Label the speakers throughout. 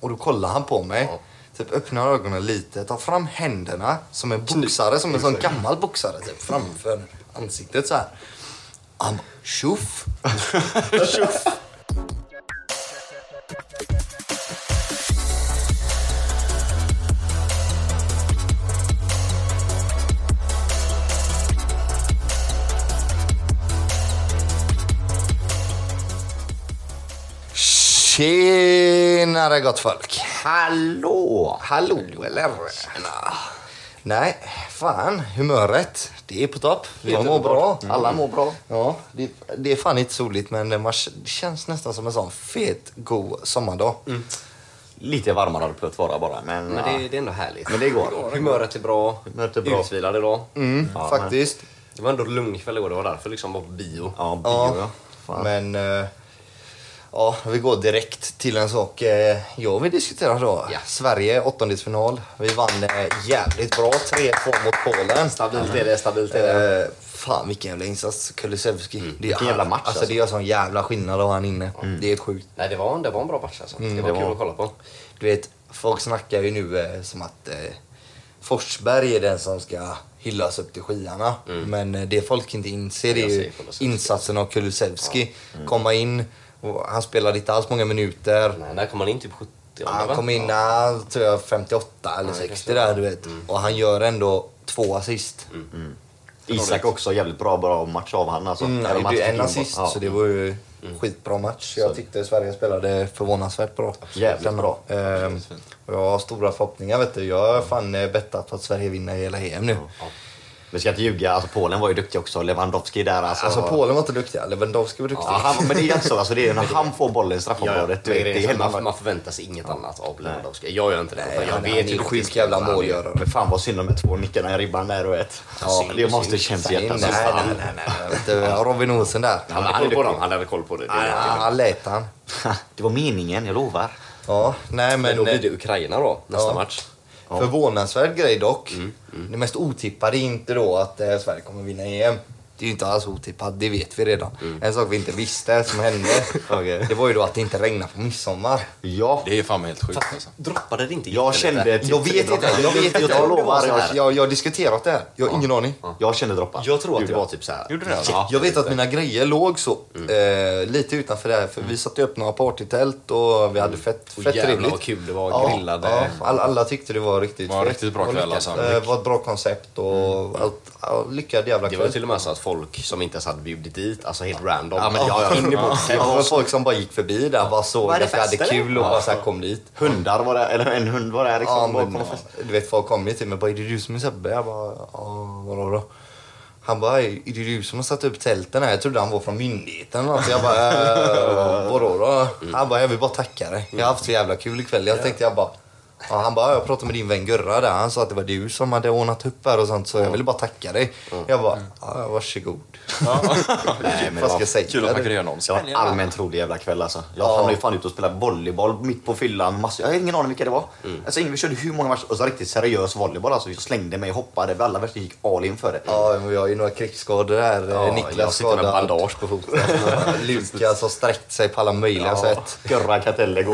Speaker 1: Och då kollar han på mig. Typ öppnar ögonen lite, tar fram händerna som
Speaker 2: Typ.
Speaker 1: en boxare, som en sån gammal boxare. Typ, framför ansiktet så här. Han bara, tjoff! Tjenare gott folk!
Speaker 3: Hallå!
Speaker 1: Hallå eller? Tjena. Nej, fan. Humöret, det är på topp. Jag mår bra.
Speaker 2: Mm.
Speaker 3: Alla mår bra.
Speaker 1: Ja, det, det är fan inte soligt men det mars- det känns nästan som en sån fet, god sommardag.
Speaker 3: Lite varmare hade det behövt vara bara. Men,
Speaker 2: Men Mm. det, det är ändå härligt.
Speaker 3: Men det går.
Speaker 2: Humöret är bra.
Speaker 3: Humöret är bra.
Speaker 2: Utvilad idag.
Speaker 1: Mm,
Speaker 3: Ja,
Speaker 1: faktiskt.
Speaker 2: Det var ändå en lugn kväll igår. Det var därför liksom var på bio.
Speaker 3: Ja, bio
Speaker 1: Ja,
Speaker 3: ja. Fan.
Speaker 1: men... eh, ja, vi går direkt till en sak eh, jag vill diskutera då.
Speaker 2: Ja.
Speaker 1: Sverige, åttondelsfinal. Vi vann eh, jävligt bra. 3-2 mot Polen.
Speaker 2: Stabilt är det, stabilt är det.
Speaker 1: Eh, fan vilken jävla insats Kulusevski. Det,
Speaker 3: vilken jävla match,
Speaker 1: alltså,
Speaker 3: alltså.
Speaker 1: Det gör sån jävla skillnad att ha han inne. Det är helt sjukt.
Speaker 2: Nej, det var, en- det var en bra match alltså. det var
Speaker 3: Mm, det
Speaker 2: kul
Speaker 3: var-
Speaker 2: att kolla på.
Speaker 1: Du vet, folk snackar ju nu eh, som att eh, Forsberg är den som ska hyllas upp till skyarna. Men eh, det folk inte inser är
Speaker 2: Mm. Jag
Speaker 1: ju
Speaker 2: säger Kulusevski.
Speaker 1: insatsen av Kulusevski. Komma in, och han spelade inte alls många minuter.
Speaker 2: Nej, när kom Mm. han in? Typ 70 va?
Speaker 1: Han kom in
Speaker 2: Ja.
Speaker 1: när, tror jag, 58 eller
Speaker 2: Ja,
Speaker 1: 60
Speaker 2: kanske.
Speaker 1: där du vet.
Speaker 2: Mm.
Speaker 1: Och han gör ändå två assist.
Speaker 3: Isak också jävligt bra, bra match av han alltså.
Speaker 1: Mm,
Speaker 3: Även
Speaker 1: han
Speaker 3: om han
Speaker 1: gjorde en
Speaker 3: fick in
Speaker 1: assist,
Speaker 3: boll. Ja.
Speaker 1: så det var ju skitbra match. Jag
Speaker 3: Mm. Så.
Speaker 1: tyckte Sverige spelade förvånansvärt bra.
Speaker 3: Jävligt
Speaker 1: Sen,
Speaker 3: bra. Mm.
Speaker 1: ehm, och jag har stora förhoppningar. Vet du. Jag har fan eh, bettat på att Sverige vinner hela EM nu.
Speaker 3: Vi ska inte ljuga, alltså Polen var ju duktig också. Lewandowski där alltså.
Speaker 1: Alltså Polen var inte duktiga. Lewandowski var duktig.
Speaker 3: Ja, han, men det är ju inte så. Alltså, det är när han får bollen i
Speaker 2: Ja,
Speaker 3: straffområdet.
Speaker 2: det,
Speaker 3: du vet, det är helt
Speaker 2: man,
Speaker 3: annorlunda.
Speaker 2: man förväntar sig inget annat av Lewandowski. Jag gör inte det. för
Speaker 1: Nej,
Speaker 2: jag
Speaker 1: han-
Speaker 2: vet
Speaker 1: han är
Speaker 2: ju
Speaker 1: en
Speaker 2: hur
Speaker 1: sjuk
Speaker 2: det
Speaker 1: jävla
Speaker 2: spelar.
Speaker 1: målgörare.
Speaker 3: Men fan vad synd de här två nickarna i ribban där du vet.
Speaker 2: Ja,
Speaker 3: det
Speaker 2: synd,
Speaker 3: måste
Speaker 2: synd.
Speaker 3: känns i
Speaker 1: Nej, nej,
Speaker 3: hjärtat som fan.
Speaker 1: nej, nej, nej. Vet du, Robin Olsen där.
Speaker 2: Han hade koll på dem. Han hade koll på det. det är
Speaker 1: Ja,
Speaker 2: det.
Speaker 1: Han lät han.
Speaker 3: Det var meningen, jag lovar.
Speaker 1: Ja, nej men...
Speaker 2: Men då
Speaker 1: eh,
Speaker 2: blir det Ukraina då, nästa
Speaker 1: Ja.
Speaker 2: match.
Speaker 1: Ja. Förvånansvärd grej dock.
Speaker 3: Mm,
Speaker 1: Det mest otippade är inte då att eh, Sverige kommer vinna EM. Det är ju inte alls otippat, det vet vi redan. En sak vi inte visste som hände,
Speaker 3: Mm. Okej. Typ
Speaker 1: det var ju då att det inte regnade på midsommar.
Speaker 3: Ja,
Speaker 4: Det är fan helt sjukt alltså.
Speaker 2: Droppade det inte
Speaker 3: jag kände...
Speaker 1: Jag vet inte, jag vet inte.
Speaker 3: Jag lovar.
Speaker 1: jag,
Speaker 3: Jag,
Speaker 1: jag, jag har diskuterat det här. Jag har ingen aning.
Speaker 3: jag kände droppar.
Speaker 2: alltså, Jag tror att
Speaker 3: Gjorde
Speaker 2: det var
Speaker 3: jag.
Speaker 2: typ så här.
Speaker 4: Gjorde det?
Speaker 3: Ja.
Speaker 1: Jag vet att mina grejer låg så, eh, lite utanför det här. För vi satte upp några partytält och vi hade fett,
Speaker 2: Och
Speaker 1: fett
Speaker 2: jävlar
Speaker 1: trevligt.
Speaker 2: vad kul det var, grillade.
Speaker 1: Ja, alla, alla tyckte det var riktigt
Speaker 4: Det var en
Speaker 1: fett.
Speaker 4: riktigt bra
Speaker 1: Och
Speaker 4: kväll,
Speaker 1: lyckat.
Speaker 4: alltså.
Speaker 1: Eh, var ett bra koncept och allt. ja, Lyckad jävla
Speaker 2: Det
Speaker 1: kväll.
Speaker 2: var ju till och med så att folk som inte ens hade bjudit dit, alltså helt random.
Speaker 3: Ja, men jag-
Speaker 2: in i
Speaker 1: Det
Speaker 2: boxen.
Speaker 1: var folk som bara gick förbi där bara såg
Speaker 2: Var det
Speaker 1: att vi hade
Speaker 2: fest, eller?
Speaker 1: kul och bara så här kom dit.
Speaker 3: Hundar var där, eller en hund var där liksom.
Speaker 1: Ja,
Speaker 3: Bara
Speaker 1: men,
Speaker 3: kom och fest.
Speaker 1: du vet folk kom ju till mig bara, är det du som är Sebbe? Jag bara, ja vadå då? Han bara, är det du som har satt upp tälten här? Jag trodde han var från myndigheten. Alltså, jag bara, äh, vadå då? Han bara, jag vill bara tacka dig. Jag har haft så jävla kul ikväll. Jag tänkte jag bara, ja, han bara, jag pratade med din vän Gurra där. Han sa att det var du som hade ordnat upp här och sånt så jag ville bara tacka dig. Jag bara, ja Mm. varsågod.
Speaker 3: Nej,
Speaker 1: Vad
Speaker 3: men det
Speaker 1: ska
Speaker 3: var-
Speaker 1: jag säga?
Speaker 4: Kul att man kunde göra någon.
Speaker 3: Det var en allmänt rolig jävla kväll alltså. Jag
Speaker 1: Ja.
Speaker 3: hamnade ju fan ute och spelade volleyboll mitt på fyllan. Massa, jag har ingen aning vilka det var. Alltså, ingen, vi körde hur många matcher och så riktigt seriös volleyboll alltså. Jag slängde mig, hoppade, alla värsta gick all in för det.
Speaker 1: Ja, men vi har ju några krigsskador där.
Speaker 3: Ja,
Speaker 1: Niklas
Speaker 2: jag sitter med
Speaker 1: skadad.
Speaker 2: bandage på foten.
Speaker 1: Lukas har sträckt sig på alla möjliga sätt.
Speaker 3: Görra Katelle gå.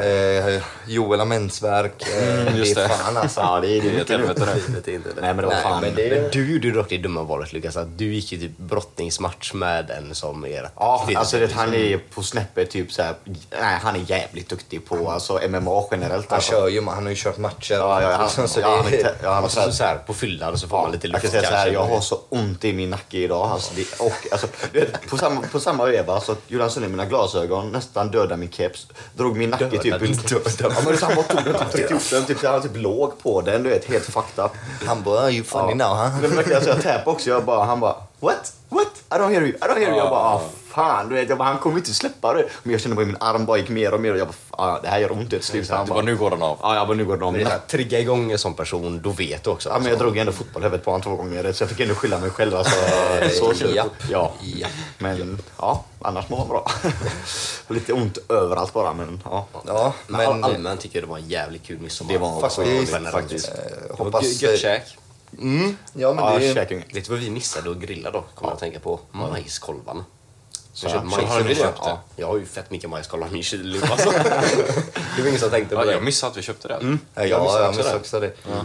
Speaker 1: Eh, Joel har mensvärk. Eh,
Speaker 4: just
Speaker 1: det är
Speaker 4: det.
Speaker 1: fan alltså.
Speaker 3: Ja, det är
Speaker 4: Det är ett helvete det.
Speaker 2: Livet är inte det.
Speaker 3: Nej men det var
Speaker 1: Nej,
Speaker 3: fan.
Speaker 1: men det-
Speaker 2: Men du gjorde ju dock det dumma valet Lukas, att du gick ju typ brottningsmatch med en som är rätt
Speaker 3: Ja,
Speaker 2: kvinnlig.
Speaker 3: alltså det, han är på snäppet typ så här. Nej, han är jävligt duktig på alltså, MMA generellt.
Speaker 1: Han
Speaker 3: Alltså.
Speaker 1: kör ju, han har ju kört matcher.
Speaker 3: Ja, ja, ja.
Speaker 1: Liksom, så
Speaker 3: Ja,
Speaker 1: det-
Speaker 3: han är- ja, han har
Speaker 2: Alltså så här, på fyllan så får man lite luft
Speaker 3: Jag kan säga så här,
Speaker 2: kanske.
Speaker 3: jag har så ont i min nacke idag. Alltså, det, och, alltså, du vet, på, samma, på samma veva så gjorde han sönder mina glasögon, nästan dödade min keps, drog min nacke
Speaker 2: Dödade
Speaker 3: typ...
Speaker 2: din
Speaker 3: ur- Ja, men det är så han bara tog den, typ, tryckte upp den, typ, så han typ låg på den, du vet, helt fucked up.
Speaker 1: Han bara, you funny
Speaker 3: Ja.
Speaker 1: now. huh?"
Speaker 3: Men märkte jag, så jag täpade också, jag bara, han bara what? What? I don't hear you, I don't hear you. Jag bara, ah, fan, du vet, jag bara, han kommer inte släppa det. Men jag kände bara, min arm bara gick mer och mer och jag bara, ah, det här gör ont till slut. Han
Speaker 4: Det var
Speaker 3: bara,
Speaker 4: nu går den av.
Speaker 3: ja, jag bara, nu går det om.
Speaker 2: Men det är så här, Trigga igång en sån person, då vet du också.
Speaker 3: Ja, men jag drog ändå fotboll i huvudet på honom två gånger så jag fick ändå skylla mig själv. Alltså, så kändes det.
Speaker 1: Japp.
Speaker 3: Ja.
Speaker 1: Ja.
Speaker 3: Men ja, annars mår man bra. Lite ont överallt bara, men ja.
Speaker 1: Ja,
Speaker 2: men,
Speaker 1: men
Speaker 2: Alltså, all- allmänt tycker jag det var en jävligt kul midsommar.
Speaker 3: Det var
Speaker 1: Faktiskt,
Speaker 3: faktiskt. faktiskt.
Speaker 1: eh,
Speaker 2: Hoppas...
Speaker 1: hoppas...
Speaker 2: Gött käk.
Speaker 1: Ja, men
Speaker 3: Ja,
Speaker 1: det,
Speaker 3: käkunge.
Speaker 2: Vet du vad vi missade att grilla då? Kommer jag att tänka på. Majskolvarna. Jag köpte
Speaker 1: Så har
Speaker 2: majs.
Speaker 1: du
Speaker 2: gjorde
Speaker 1: köpt det?
Speaker 2: Ja, jag har ju fett mycket majskolvar i min kylluva. Alltså. det var ingen som tänkte på
Speaker 4: Ja,
Speaker 2: det.
Speaker 4: jag missade att vi köpte det.
Speaker 2: Mm.
Speaker 1: Ja,
Speaker 2: Jag missade
Speaker 1: jag
Speaker 2: också
Speaker 1: missade
Speaker 2: det.
Speaker 1: också det.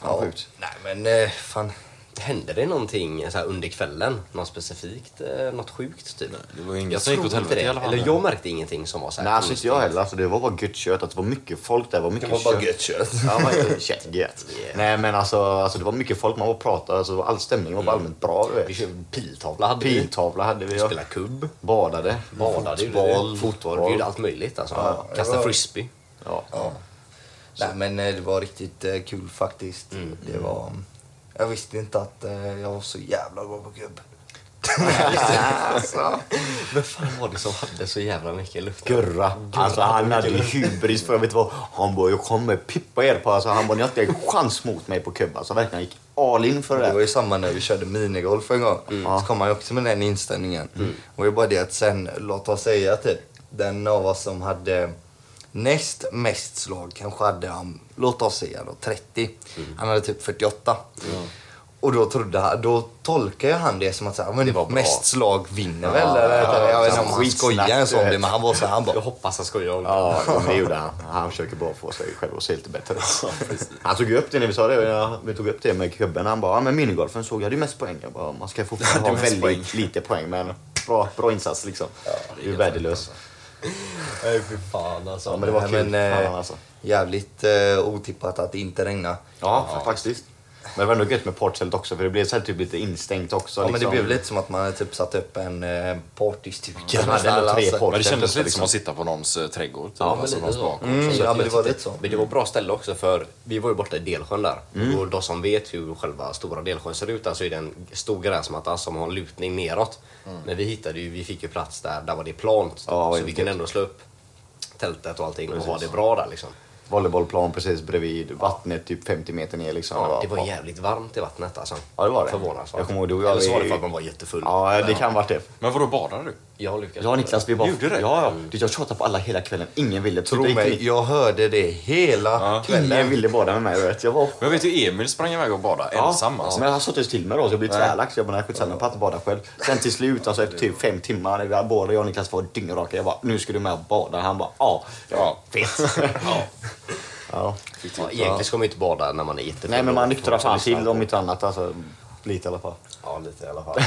Speaker 3: Fan, sjukt.
Speaker 1: Nej, men eh, fan.
Speaker 2: Hände det någonting så här, under kvällen? Något specifikt? eh, Något sjukt? Typ?
Speaker 4: det var inget
Speaker 2: Jag
Speaker 4: som gick
Speaker 2: tror
Speaker 4: åt
Speaker 2: inte
Speaker 4: helvete
Speaker 2: det.
Speaker 4: i alla fall.
Speaker 2: Eller jag märkte ingenting som var så här
Speaker 3: Nej, alltså inte jag
Speaker 2: konstigt.
Speaker 3: heller. Alltså, det var bara gött kött. Alltså, det var mycket folk där. Det var mycket
Speaker 1: Det var bara gött kött.
Speaker 3: Ja, men shit, gött.
Speaker 2: Yeah.
Speaker 3: Nej, men alltså, alltså det var mycket folk. Man var och pratade. Alltså, all stämning var bara allmänt bra. Du
Speaker 2: Vi
Speaker 3: vet.
Speaker 2: körde piltavla hade vi.
Speaker 3: Piltavla hade vi.
Speaker 2: Vi
Speaker 3: ja.
Speaker 2: spelade kubb.
Speaker 3: Badade.
Speaker 2: Badade gjorde
Speaker 3: Fotboll.
Speaker 2: vi.
Speaker 3: Fotboll.
Speaker 2: Vi gjorde allt möjligt alltså.
Speaker 3: Ja,
Speaker 1: det
Speaker 2: Kasta
Speaker 1: var-
Speaker 2: frisbee.
Speaker 3: Ja.
Speaker 1: Nej, men eh, det var riktigt eh, kul faktiskt. Det var... Jag visste inte att eh, jag var så jävla bra på kubb.
Speaker 3: Alltså,
Speaker 2: Vem fan var det som hade så jävla mycket luft?
Speaker 3: Gurra. Alltså, han hade ju hybris. För jag vet vad. Han bara, jag kommer pippa er på. Alltså, han bara, ni har inte en chans mot mig på kubb. Alltså, verkligen, han gick all in för det Mm.
Speaker 1: Det var
Speaker 3: där.
Speaker 1: ju samma när vi körde minigolf en gång. Så kom han ju också med den inställningen.
Speaker 3: Mm.
Speaker 1: Och det var bara det att sen, låt oss säga typ, den av oss som hade näst mest slag kanske hade han, låt oss säga då, 30.
Speaker 3: Mm.
Speaker 1: Han hade typ 48. Och då, trodde han, då tolkade ju han det som att så här, men
Speaker 2: var bra.
Speaker 1: mest slag vinner väl? eller, jag vet inte om han
Speaker 3: skitsnack,
Speaker 1: skojar ens om
Speaker 3: du
Speaker 1: det,
Speaker 3: vet.
Speaker 1: men han var så här, han bara,
Speaker 2: Jag hoppas han skojar om det.
Speaker 3: Ja, det gjorde han. Han försöker bara få sig själv att se lite bättre ut. Han tog ju upp det när vi sa det. Ja, vi tog upp det med kubben. Han bara, ja, men minigolfen såg jag hade ju mest poäng. Jag bara, man ska fortfarande ha
Speaker 4: mest
Speaker 3: väldigt
Speaker 4: poäng.
Speaker 3: lite poäng, men bra, bra insats liksom. du är värdelös.
Speaker 2: Nej fy fan alltså.
Speaker 3: Ja, men det var
Speaker 1: Nej,
Speaker 3: kul.
Speaker 1: men, eh,
Speaker 3: Fan, alltså.
Speaker 1: Jävligt eh, otippat att det inte regnade.
Speaker 3: Ja, faktiskt. Men det var ändå gött med portcelt också, för det blev så här typ lite instängt också.
Speaker 1: Ja, men det
Speaker 3: liksom.
Speaker 1: blev lite som att man hade typ satt upp en eh, partystuga.
Speaker 3: Ja, man hade ändå tre folk.
Speaker 4: Men det kändes
Speaker 3: Liksom.
Speaker 4: lite som att sitta på någons eh, trädgård. Typ.
Speaker 2: Ja, men
Speaker 4: alltså,
Speaker 2: lite
Speaker 4: någons
Speaker 2: så.
Speaker 4: bak.
Speaker 1: Mm,
Speaker 2: Så
Speaker 1: ja,
Speaker 2: att
Speaker 1: men
Speaker 2: jag
Speaker 1: det var
Speaker 2: tyckte-
Speaker 1: lite så.
Speaker 2: Men det var bra ställe också för vi var ju borta i Delsjön där. Och de som vet hur själva stora Delsjön ser ut, där så är det en stor gräsmatta som har en lutning neråt. Men vi hittade ju, vi fick ju plats där, där var det plant.
Speaker 3: Ja,
Speaker 2: så vi
Speaker 3: riktigt.
Speaker 2: kunde ändå slå upp tältet och allting och ha det bra där liksom.
Speaker 3: Volleybollplan precis bredvid, vattnet typ 50 meter ner liksom.
Speaker 2: Ja, det var jävligt varmt i vattnet alltså.
Speaker 3: Ja, det var det.
Speaker 2: Förvånansvärt.
Speaker 3: Jag kommer ihåg, du och jag,
Speaker 2: Eller så var det
Speaker 3: vi-
Speaker 2: för att man var jättefull.
Speaker 3: Ja, det kan varit det.
Speaker 4: Men vadå, badade du?
Speaker 2: Jag och Lukas.
Speaker 3: Ja Niklas, vi bara...
Speaker 4: Gjorde det?
Speaker 3: Ja, ja. Du, Jag tjatade på alla hela kvällen. Ingen ville.
Speaker 1: Tro
Speaker 3: Det gick
Speaker 1: mig,
Speaker 3: inte-
Speaker 1: jag hörde det hela
Speaker 3: Ingen
Speaker 1: kvällen.
Speaker 3: ville bada med mig. Vet. Jag var
Speaker 4: Men jag vet ju Emil sprang iväg och badade ensam. Alltså.
Speaker 3: Men han sa tills till mig då så jag blev tvärlax. Jag bara, nej skitsamma, jag bada själv. Sen till slut, alltså efter typ fem timmar, när vi hade båda jag och Niklas var dyngraka. Jag bara, nu ska du med och bada. Han bara, ja.
Speaker 4: Ja.
Speaker 3: Fett. ja. Typ, ja.
Speaker 2: Ja, egentligen ska man ju inte bada när man är jättefull.
Speaker 3: Nej men man nyktrar
Speaker 2: Och folk
Speaker 3: fan
Speaker 2: som lyssnar
Speaker 3: till
Speaker 2: på-
Speaker 3: om inte annat. Alltså, lite i alla fall.
Speaker 2: Ja, lite i alla fall.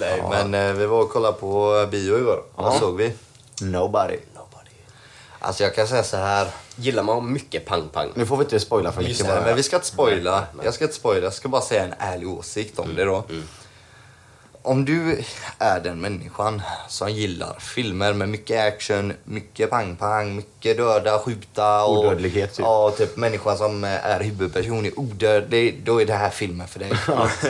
Speaker 2: Nej, men...
Speaker 1: Men eh, vi var och kollade på eh, bio igår. Vad såg vi?
Speaker 3: Nobody.
Speaker 1: Alltså jag kan säga så här.
Speaker 2: Gillar man mycket pang-pang?
Speaker 3: Nu får vi inte spoila för mycket.
Speaker 1: Just det,
Speaker 3: bara.
Speaker 1: men vi ska inte spoila. Jag ska inte spoila. Jag ska bara säga en ärlig åsikt
Speaker 3: Mm,
Speaker 1: om det då. Om du är den människan som gillar filmer med mycket action, mycket pang-pang, mycket döda, skjuta och...
Speaker 3: Odödlighet, typ.
Speaker 1: Ja, typ människan som är huvudperson är odödlig. Då är det här filmen för dig.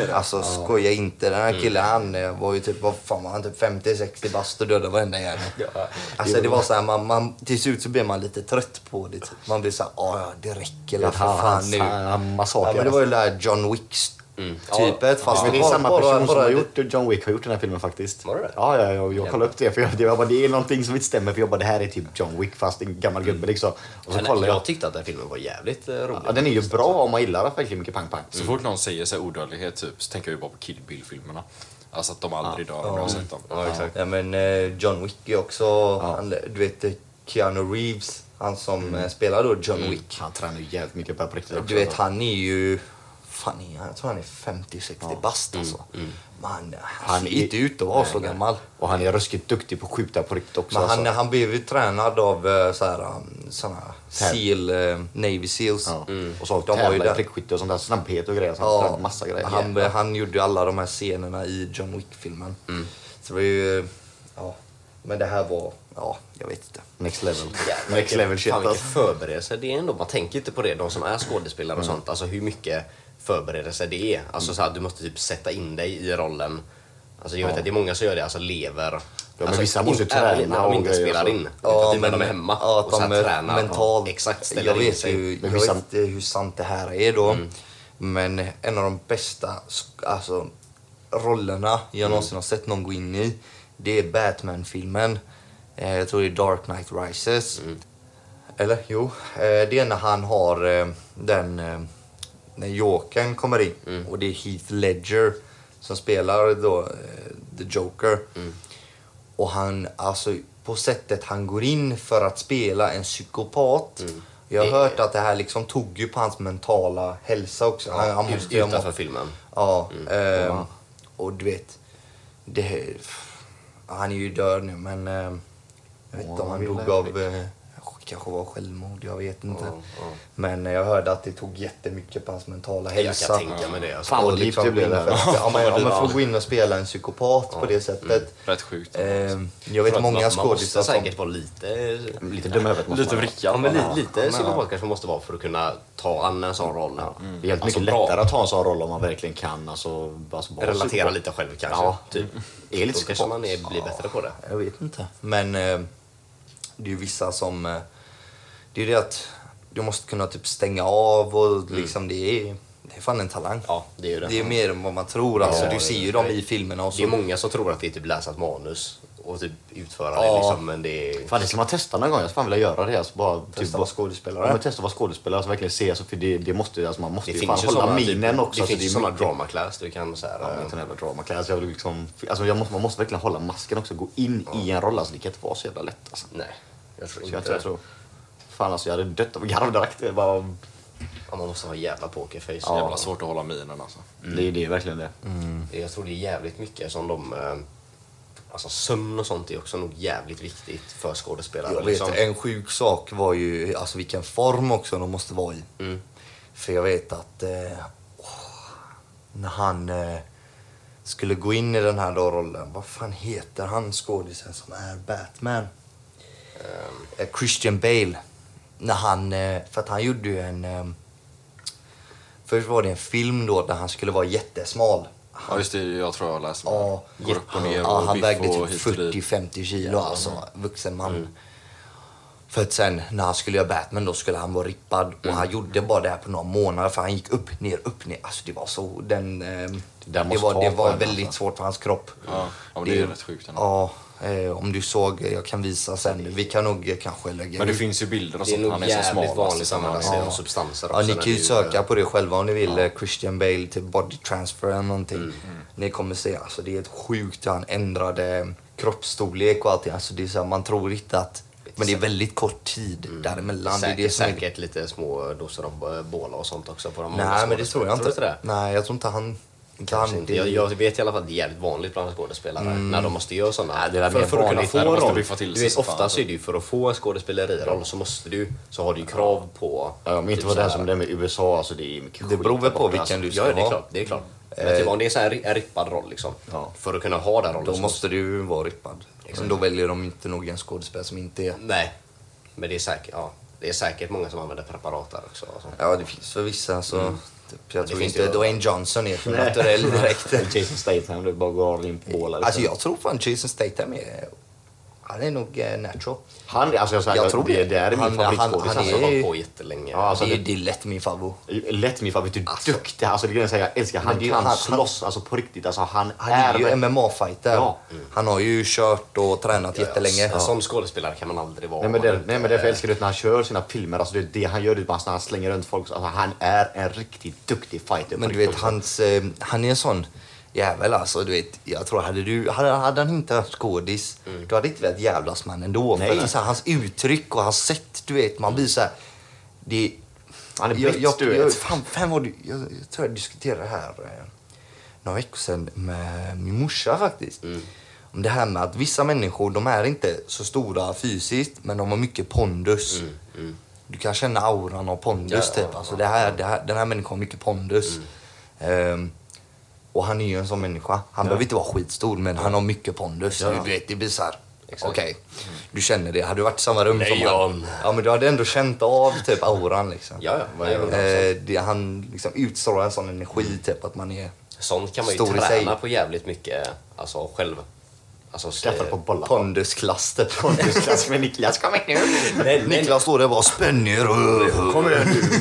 Speaker 1: alltså skoja inte. Den
Speaker 3: Mm.
Speaker 1: här killen han eh, var ju typ, vad fan var han, typ 50-60 bast och dödade varenda jävel. Alltså det var så här, man, man, till slut så blir man lite trött på det. Typ. Man blir så här, "Ah, ja det räcker eller för
Speaker 3: Ja,
Speaker 1: fan
Speaker 3: han-
Speaker 1: nu.
Speaker 3: han massakerar.
Speaker 1: Ja, men det var ju det där John Wick-typet. Fast
Speaker 3: Men det är
Speaker 1: bara-
Speaker 3: samma
Speaker 1: bara-
Speaker 3: person som
Speaker 1: bara
Speaker 3: har
Speaker 1: gjort
Speaker 3: gjort John Wick har gjort den här filmen faktiskt.
Speaker 2: Var det det?
Speaker 3: Ja, ja, ja jag kollade upp det för jag, jag bara, det är någonting som inte stämmer för jag bara, det här är typ John Wick fast en gammal gubbe liksom. Och så
Speaker 2: Men eh,
Speaker 3: kollar jag.
Speaker 2: jag tyckte att den filmen var jävligt eh, rolig.
Speaker 3: Ja, den är ju bra om man gillar verkligen mycket Mm. pang-pang.
Speaker 4: Så fort någon säger så här odödlighet typ, så tänker jag ju bara på Kill Bill-filmerna. Alltså att de aldrig dör om du har sett dem.
Speaker 2: Ja, exakt.
Speaker 1: Ja, men eh, John Wick är också, han, du vet eh, Keanu Reeves, han som eh, spelar då John Wick.
Speaker 3: Han tränar ju jävligt mycket på riktigt också.
Speaker 1: Du
Speaker 3: alltså.
Speaker 1: vet han är ju, fan är han, jag tror han är 50-60 bast alltså. Men han, han ser
Speaker 3: är-
Speaker 1: inte ut att vara så gammal.
Speaker 3: Och han är ruskigt duktig på att skjuta på riktigt också.
Speaker 1: Men han,
Speaker 3: alltså.
Speaker 1: han blev ju tränad av eh, så här, um, såna seal, eh, Navy Seals.
Speaker 3: ja. Och så
Speaker 1: Mm. De var ju
Speaker 3: tävlar i
Speaker 1: där.
Speaker 3: prickskytte och sånt där, snabbhet och grejer. Så han tränar massa grejer.
Speaker 1: Han, han gjorde ju alla de här scenerna i John Wick-filmen.
Speaker 2: Mm.
Speaker 1: Så det var ju... Ja. Men det här var... Ja, jag vet inte.
Speaker 3: Next level.
Speaker 2: Jävlar,
Speaker 3: Next level shit
Speaker 2: Fan vilken
Speaker 3: alltså.
Speaker 2: förberedelse det är ändå. Man tänker inte på det, de som är skådespelare
Speaker 3: Mm.
Speaker 2: och sånt. Alltså hur mycket förberedelse det är. Alltså så här, du måste typ sätta in dig i rollen. Alltså jag vet att det är många som gör det, alltså lever.
Speaker 3: men
Speaker 2: alltså,
Speaker 3: vissa måste
Speaker 2: in-
Speaker 3: träna
Speaker 2: även när de
Speaker 3: och
Speaker 2: inte
Speaker 3: grejer
Speaker 2: spelar
Speaker 3: så.
Speaker 2: in. Ja, men de är hemma
Speaker 1: ja,
Speaker 2: och så här,
Speaker 1: eh,
Speaker 2: tränar.
Speaker 1: mentalt.
Speaker 2: ja, exakt, ställer
Speaker 1: jag
Speaker 2: in
Speaker 1: vet
Speaker 2: sig.
Speaker 1: ju
Speaker 3: Men
Speaker 1: jag
Speaker 3: vissa-
Speaker 1: vet inte hur sant det här är då.
Speaker 2: Mm.
Speaker 1: Men en av de bästa sk- alltså, rollerna
Speaker 2: Mm.
Speaker 1: jag någonsin har sett någon gå in i, det är Batman-filmen. Eh, jag tror det är Dark Knight Rises.
Speaker 2: Mm.
Speaker 1: Eller jo, eh, det är när han har eh, den... Eh, när Jokern kommer in och det är Heath Ledger som spelar då eh, The Joker. Och han, alltså på sättet han går in för att spela en psykopat. Jag har
Speaker 2: Det-
Speaker 1: hört att det här liksom tog ju på hans mentala hälsa också. Han, han
Speaker 2: Ut-
Speaker 1: måste ju ha
Speaker 2: utanför
Speaker 1: mått-
Speaker 2: filmen.
Speaker 1: Ja.
Speaker 2: Mm.
Speaker 1: ehm, och du vet, det, han är ju död nu men ehm, jag vet inte om han dog av eh, kanske var självmord, jag vet inte. Men eh, jag hörde att det tog jättemycket på hans mentala
Speaker 2: Jag
Speaker 1: hälsa.
Speaker 2: kan tänka mig det. Alltså.
Speaker 3: Fan, vad
Speaker 1: Och
Speaker 3: dyrt det
Speaker 1: gå in
Speaker 3: blev det.
Speaker 1: för att- Ja, men, ja, men för att gå in och spela en psykopat på det
Speaker 2: Mm.
Speaker 1: sättet.
Speaker 4: Rätt sjukt.
Speaker 1: Ehm, jag
Speaker 2: Jag
Speaker 1: vet
Speaker 2: tror
Speaker 1: många
Speaker 2: att man- Man måste
Speaker 1: skådisar som...
Speaker 2: säkert vara lite...
Speaker 3: Lite dum i huvudet måste man
Speaker 4: Lite
Speaker 3: vara.
Speaker 4: vrickad.
Speaker 2: Ja, men li,
Speaker 4: Ja.
Speaker 2: lite psykopat kanske man måste vara för att kunna ta an en sån roll. Mm.
Speaker 3: Det är helt mycket
Speaker 4: Alltså, bra.
Speaker 3: lättare att ta en sån roll om man verkligen kan. Alltså, alltså, bara
Speaker 2: Relatera
Speaker 3: superbra.
Speaker 2: lite själv kanske.
Speaker 3: Ja,
Speaker 2: Typ.
Speaker 3: Är lite
Speaker 2: Då kanske
Speaker 3: psykopat.
Speaker 2: man är, blir bättre på det.
Speaker 1: Jag vet inte. Men eh, det är ju vissa som... Eh, det är ju det att du måste kunna typ stänga av och liksom det är... Det är fan en talang.
Speaker 2: Mm. Ja, det är ju det.
Speaker 1: Det är mer än vad man tror. Alltså,
Speaker 2: Ja,
Speaker 1: du
Speaker 2: det-
Speaker 1: ser ju dem i filmerna och
Speaker 2: Det är
Speaker 1: så.
Speaker 2: många som tror att det är typ läsa ett manus och typ utföra det
Speaker 1: Ja.
Speaker 2: liksom, men det är...
Speaker 3: Fan, det ska man testa någon gång. Jag ska fan vilja göra det. Alltså, bara,
Speaker 1: Testa vara skådespelare.
Speaker 3: Ja, men testa att vara skådespelare. Alltså, verkligen se. Alltså, för det, det måste, alltså, man måste
Speaker 2: Det
Speaker 3: ju fan
Speaker 2: finns ju
Speaker 3: hålla
Speaker 2: sådana
Speaker 1: typ,
Speaker 3: minen också.
Speaker 2: Det
Speaker 3: alltså,
Speaker 2: finns ju
Speaker 3: är
Speaker 2: sådana
Speaker 3: mycket-
Speaker 2: drama class du kan så här,
Speaker 3: Ja, men
Speaker 2: eh,
Speaker 3: sån jävla dramakläder. Alltså, jag vill liksom, alltså, jag måste, man måste verkligen hålla masken också. Gå in i en roll. Alltså, det kan inte vara så jävla lätt. Alltså.
Speaker 2: Nej, jag tror
Speaker 3: Så
Speaker 2: inte
Speaker 3: jag, tror,
Speaker 2: det.
Speaker 3: jag tror, fan alltså, jag hade dött av garv direkt. Det är Bara,
Speaker 1: Mm.
Speaker 2: Ja, man måste ha jävla pokerface.
Speaker 4: Så
Speaker 2: Jävla
Speaker 4: jävla svårt att hålla minen alltså.
Speaker 3: det, är- det är verkligen det.
Speaker 1: Mm.
Speaker 2: Jag tror det är jävligt mycket som de... eh, Alltså sömn och sånt är också nog jävligt viktigt för skådespelare.
Speaker 1: Jag
Speaker 2: liksom.
Speaker 1: vet, en sjuk sak var ju alltså vilken form också de måste vara i. För jag vet att eh, åh, när han eh, skulle gå in i den här då rollen, vad fan heter han skådisen som är Batman? Eh, Christian Bale. När han, eh, för att han gjorde ju en... Eh, först var det en film då där han skulle vara jättesmal.
Speaker 4: Ja just det, jag tror jag har läst om
Speaker 1: Ja,
Speaker 4: det. Går upp och ner
Speaker 1: ja,
Speaker 4: och
Speaker 1: han
Speaker 4: biff
Speaker 1: vägde
Speaker 4: och Mm.
Speaker 1: typ
Speaker 4: hit och dit.
Speaker 1: 40-50 kilo, alltså vuxen man. För att sen när han skulle göra Batman då skulle han vara rippad och han
Speaker 4: Mm.
Speaker 1: gjorde bara det här på några månader för han gick upp, ner, upp, ner. Alltså det var så, den... ehm,
Speaker 3: där
Speaker 1: det
Speaker 3: måste
Speaker 1: var,
Speaker 3: ta
Speaker 1: det
Speaker 3: på
Speaker 1: var
Speaker 3: en,
Speaker 1: väldigt
Speaker 3: alltså.
Speaker 1: svårt för hans kropp.
Speaker 4: Ja, ja, men det är rätt sjukt ändå.
Speaker 1: Ja, eh, om du såg, jag kan visa sen. Vi kan nog eh, kanske lägga
Speaker 4: Men det
Speaker 1: ut-
Speaker 4: finns ju bilder och
Speaker 2: Det är
Speaker 4: sånt.
Speaker 2: nog
Speaker 4: Han är så
Speaker 2: jävligt
Speaker 4: smal. alltså,
Speaker 2: vanligt att använda sig
Speaker 1: Ja.
Speaker 2: av substanser
Speaker 1: Ja,
Speaker 2: också
Speaker 1: ni
Speaker 2: när
Speaker 1: kan ju
Speaker 2: du-
Speaker 1: söka på det själva om ni vill. eh, Christian Bale till body transfer eller någonting.
Speaker 2: Mm.
Speaker 1: Ni kommer se, alltså det är ett sjukt hur han ändrade kroppsstorlek och allting. Alltså det är så här, man tror inte att... Men det är väldigt kort tid
Speaker 2: Mm.
Speaker 1: däremellan.
Speaker 2: Säkert,
Speaker 1: det är det som är-
Speaker 2: säkert lite små doser av eh, båla och sånt också på de många
Speaker 1: Nej, men det tror jag
Speaker 2: skådespelarna.
Speaker 1: inte.
Speaker 2: Tror du inte det?
Speaker 1: Nej, jag tror inte han... Inte
Speaker 2: Kanske
Speaker 1: han
Speaker 2: inte. Jag, jag vet i alla fall att det är jävligt vanligt bland skådespelare när de måste göra sådana.
Speaker 3: det är väl
Speaker 2: för,
Speaker 3: mer
Speaker 2: för att kunna
Speaker 3: vanligt
Speaker 2: få
Speaker 4: när de måste
Speaker 2: roll.
Speaker 4: biffa till
Speaker 2: Du
Speaker 4: sig
Speaker 2: vet,
Speaker 4: så fan,
Speaker 2: ofta så
Speaker 4: alltså.
Speaker 2: är det ju för att få en skådespeleriroll så måste du, så har du ju krav på...
Speaker 3: Ja, men inte
Speaker 2: typ
Speaker 3: vara den
Speaker 2: så här-
Speaker 3: som det är med USA. Alltså, det är mycket
Speaker 1: Det
Speaker 3: skit
Speaker 1: beror
Speaker 3: där
Speaker 1: väl på
Speaker 3: borta,
Speaker 1: vilken du
Speaker 2: Ja,
Speaker 1: ska
Speaker 2: det är
Speaker 1: ha.
Speaker 2: klart. Det är klart. Men typ, om det är så här, en rippad roll liksom.
Speaker 3: Ja.
Speaker 2: För att kunna ha den rollen.
Speaker 1: Då
Speaker 2: så
Speaker 1: måste du ju vara rippad. Men då väljer de inte nog en skådespelare som inte är...
Speaker 2: Nej, men det är säkert, ja. Det är säkert många som använder preparat där också. Alltså.
Speaker 1: Ja, det finns för vissa så... Typ, jag tror
Speaker 2: Mm. finns
Speaker 1: inte
Speaker 2: ju-
Speaker 1: Dwayne Johnson är för naturell direkt.
Speaker 3: Eller alltså. Jason Statham, du bara går in på liksom. bålar.
Speaker 1: Alltså jag tror fan Jason Statham är... Han är nog eh, natural.
Speaker 3: han, alltså, jag, säger,
Speaker 1: jag tror
Speaker 3: det.
Speaker 1: det.
Speaker 3: Det är
Speaker 1: Han-
Speaker 3: min favoritskådis.
Speaker 1: han
Speaker 2: Han
Speaker 3: Alltså.
Speaker 2: har
Speaker 1: är-
Speaker 2: hållit på jättelänge.
Speaker 3: Ja, alltså,
Speaker 1: det, är-
Speaker 3: det-
Speaker 1: det är lätt min favvo.
Speaker 3: Lätt min favorit. Du är duktig. Alltså, det är grejen att säga, jag älskar. Han
Speaker 1: Men det är-
Speaker 3: kan
Speaker 1: han-
Speaker 3: slåss alltså, på riktigt. Alltså, han,
Speaker 1: Han är ju
Speaker 3: verkligen-
Speaker 1: MMA-fighter.
Speaker 3: Ja.
Speaker 1: Han har ju kört och tränat jättelänge.
Speaker 2: Ja. Som skådespelare kan man aldrig vara.
Speaker 3: Nej men,
Speaker 2: om man
Speaker 3: det,
Speaker 2: inte-
Speaker 3: nej men därför älskar du att när han kör sina filmer, alltså det, är det han gör det är bara när han slänger runt folk. Alltså han är en riktigt duktig fighter. på
Speaker 1: Men du
Speaker 3: riktigt
Speaker 1: vet,
Speaker 3: också.
Speaker 1: hans, eh, han är en sån jävel alltså. Du vet, jag tror hade, du, hade, hade han inte varit skådis, du hade inte velat jävlas med han ändå.
Speaker 3: Nej.
Speaker 1: För det är så här, hans uttryck och hans sätt, du vet, man blir så här, det
Speaker 3: Han är
Speaker 1: jag,
Speaker 3: britt,
Speaker 1: jag,
Speaker 3: du vet.
Speaker 1: jag, fan, fan vad du, jag, jag tror jag diskuterade det här eh, några veckor sedan med min morsa faktiskt.
Speaker 2: Mm.
Speaker 1: Om det här med att vissa människor, de är inte så stora fysiskt, men de har mycket pondus. Du kan känna auran av pondus
Speaker 2: Mm, Ja, Mm. ja,
Speaker 1: typ. Alltså, det här, det här, den här människan har mycket pondus. Ehm, och han är ju en sån människa. Han behöver inte vara skitstor, men han har mycket pondus. Du, du vet, det blir såhär, okej. Du känner det. Hade du varit i samma rum som han,
Speaker 2: Lejon.
Speaker 1: ja, men du hade ändå känt av typ auran liksom.
Speaker 2: Ja, ja. Nej, men alltså,
Speaker 1: Eh, det, han liksom utstrålar en sån
Speaker 3: Mm.
Speaker 1: energi typ att man är...
Speaker 2: sånt kan man ju
Speaker 1: stor i
Speaker 2: träna
Speaker 1: sig.
Speaker 2: på jävligt mycket alltså, själv. Alltså,
Speaker 3: Skaffar på bollar.
Speaker 1: Pondusklass typ.
Speaker 3: Pondusklass med Niklas, kom igen nu!
Speaker 2: nej, nej,
Speaker 1: Niklas står där och bara spänner och... Kom igen nu.